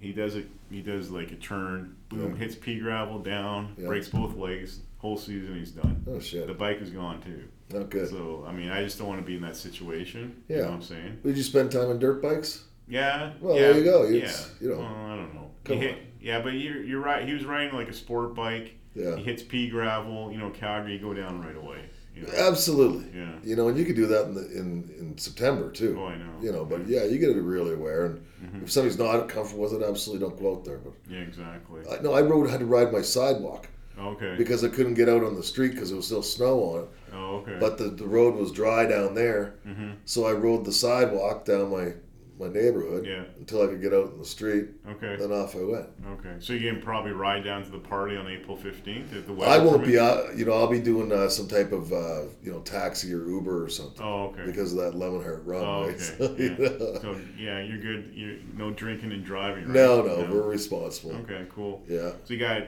B: He does a he does like a turn, boom, hits pea gravel down,
C: Yeah.
B: breaks both legs. Whole season he's done.
C: Oh
B: The
C: shit.
B: bike is gone too.
C: Not good.
B: So I mean, I just don't want to be in that situation. You
C: Yeah.
B: know what I'm saying?
C: Did you spend time on dirt bikes?
B: Yeah.
C: Well,
B: yeah,
C: there you go.
B: Yeah.
C: It's- you know.
B: Well, I don't know. He
C: Come
B: hit-
C: on.
B: yeah, but you're, you're right. He was riding like a sport bike.
C: Yeah.
B: He hits pea gravel. You know, Calgary, you go down right away. You know?
C: Absolutely.
B: Yeah.
C: You know, and you could do that in, the, in in September too.
B: Oh, Mm-hmm. I know.
C: You know, but yeah, you got to be really aware. And if somebody's not comfortable with it, absolutely don't go out there. But
B: Yeah, exactly.
C: I, no, I rode had to ride my sidewalk
B: Okay.
C: because I couldn't get out on the street because there was still snow on it.
B: oh, okay.
C: But the, the road was dry down there,
B: Mm-hmm.
C: so I rode the sidewalk down my my neighborhood
B: Yeah.
C: until I could get out in the street.
B: okay.
C: Then off I went.
B: Okay. So you can probably ride down to the party on April 15th if the weather
C: I won't be
B: permits?
C: out. You know, I'll be doing uh, some type of uh, you know taxi or Uber or something
B: Oh, okay.
C: because of that lemon heart rum.
B: oh,
C: right?
B: okay.
C: So, you
B: yeah.
C: know.
B: So yeah, you're good. You no drinking and driving, right?
C: No, no, we're responsible.
B: Okay, cool.
C: Yeah,
B: So you got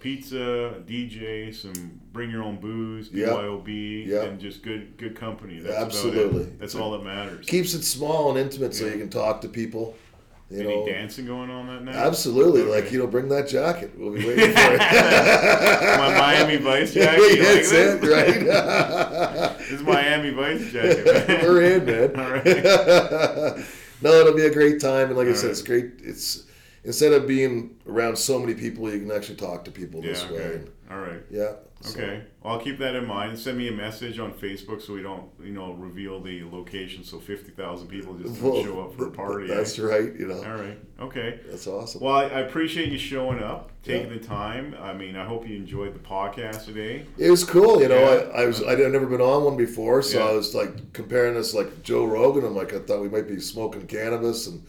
B: pizza, DJ, some bring your own booze,
C: Yeah.
B: BYOB,
C: Yeah.
B: and just good good company. That's
C: Absolutely.
B: About it. That's all that matters.
C: keeps it small and intimate so
B: Yeah.
C: you can talk to people. You
B: Any
C: know,
B: dancing going on that night?
C: absolutely.
B: Okay.
C: Like you know, bring that jacket. We'll be waiting for it.
B: My Miami Vice jacket. You like
C: That's
B: this?
C: it, right?
B: This is Miami Vice jacket. man.
C: We're in, man.
B: All right.
C: no, it'll be a great time, and like I
B: All
C: said,
B: right.
C: it's great. It's instead of being around so many people, you can actually talk to people
B: Yeah.
C: this way.
B: Okay.
C: and-
B: All right.
C: yeah. so-
B: Okay. Well, I'll keep that in mind. Send me a message on Facebook so we don't, you know, reveal the location so fifty thousand people just don't
C: Well,
B: show up for a
C: th- th-
B: party. eh?
C: That's right. You know,
B: All right. Okay.
C: that's awesome.
B: Well, I, I appreciate you showing up, taking
C: Yeah.
B: the time. I mean, I hope you enjoyed the podcast today.
C: It was cool, you know.
B: Yeah.
C: I, I was I'd never been on one before, so
B: Yeah.
C: I was like comparing us like Joe Rogan. I'm like I thought we might be smoking cannabis and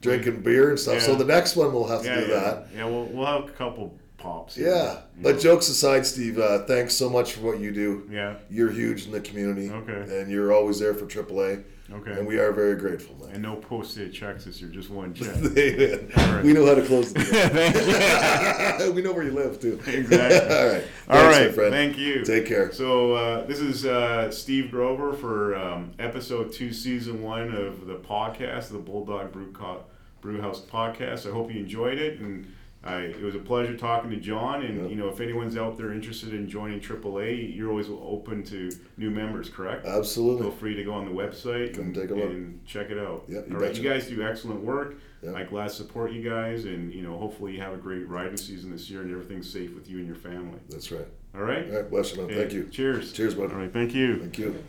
C: drinking beer and stuff. So
B: Yeah.
C: the next one we'll have to
B: Yeah,
C: do
B: yeah.
C: that.
B: Yeah, we'll, we'll have a couple pops. here.
C: Yeah. But jokes aside, Steve, uh, thanks so much for what you do.
B: Yeah.
C: You're huge in the community.
B: Okay.
C: And you're always there for AAA.
B: Okay.
C: And we are very grateful, man.
B: and no postage checks this year, just one check.
C: Amen.
B: All right.
C: We know how to close the deal.
B: Thank you.
C: we know where you live too.
B: Exactly.
C: All right.
B: All
C: Thanks, my
B: right,
C: friend.
B: thank you.
C: Take care.
B: So uh, this is uh, Steve Grover for um, episode two, season one of the podcast, the Bulldog Brew Co- Brewhouse podcast. I hope you enjoyed it, and I, it was a pleasure talking to John. And you know, if anyone's out there interested in joining AAA, you're always open to new members, correct? Feel
C: Absolutely.
B: free to go on the website
C: Come
B: and,
C: take a look.
B: and check it out.
C: Yeah, you
B: All right,
C: betcha.
B: you guys do excellent work.
C: Yeah.
B: I glad support you guys, and you know, hopefully you have a great riding season this year, and everything's safe with you and your family.
C: That's right.
B: All right.
C: All right. Bless you, man. Thank
B: Okay,
C: you.
B: Cheers.
C: Cheers,
B: All
C: bud.
B: right. Thank you.
C: Thank you.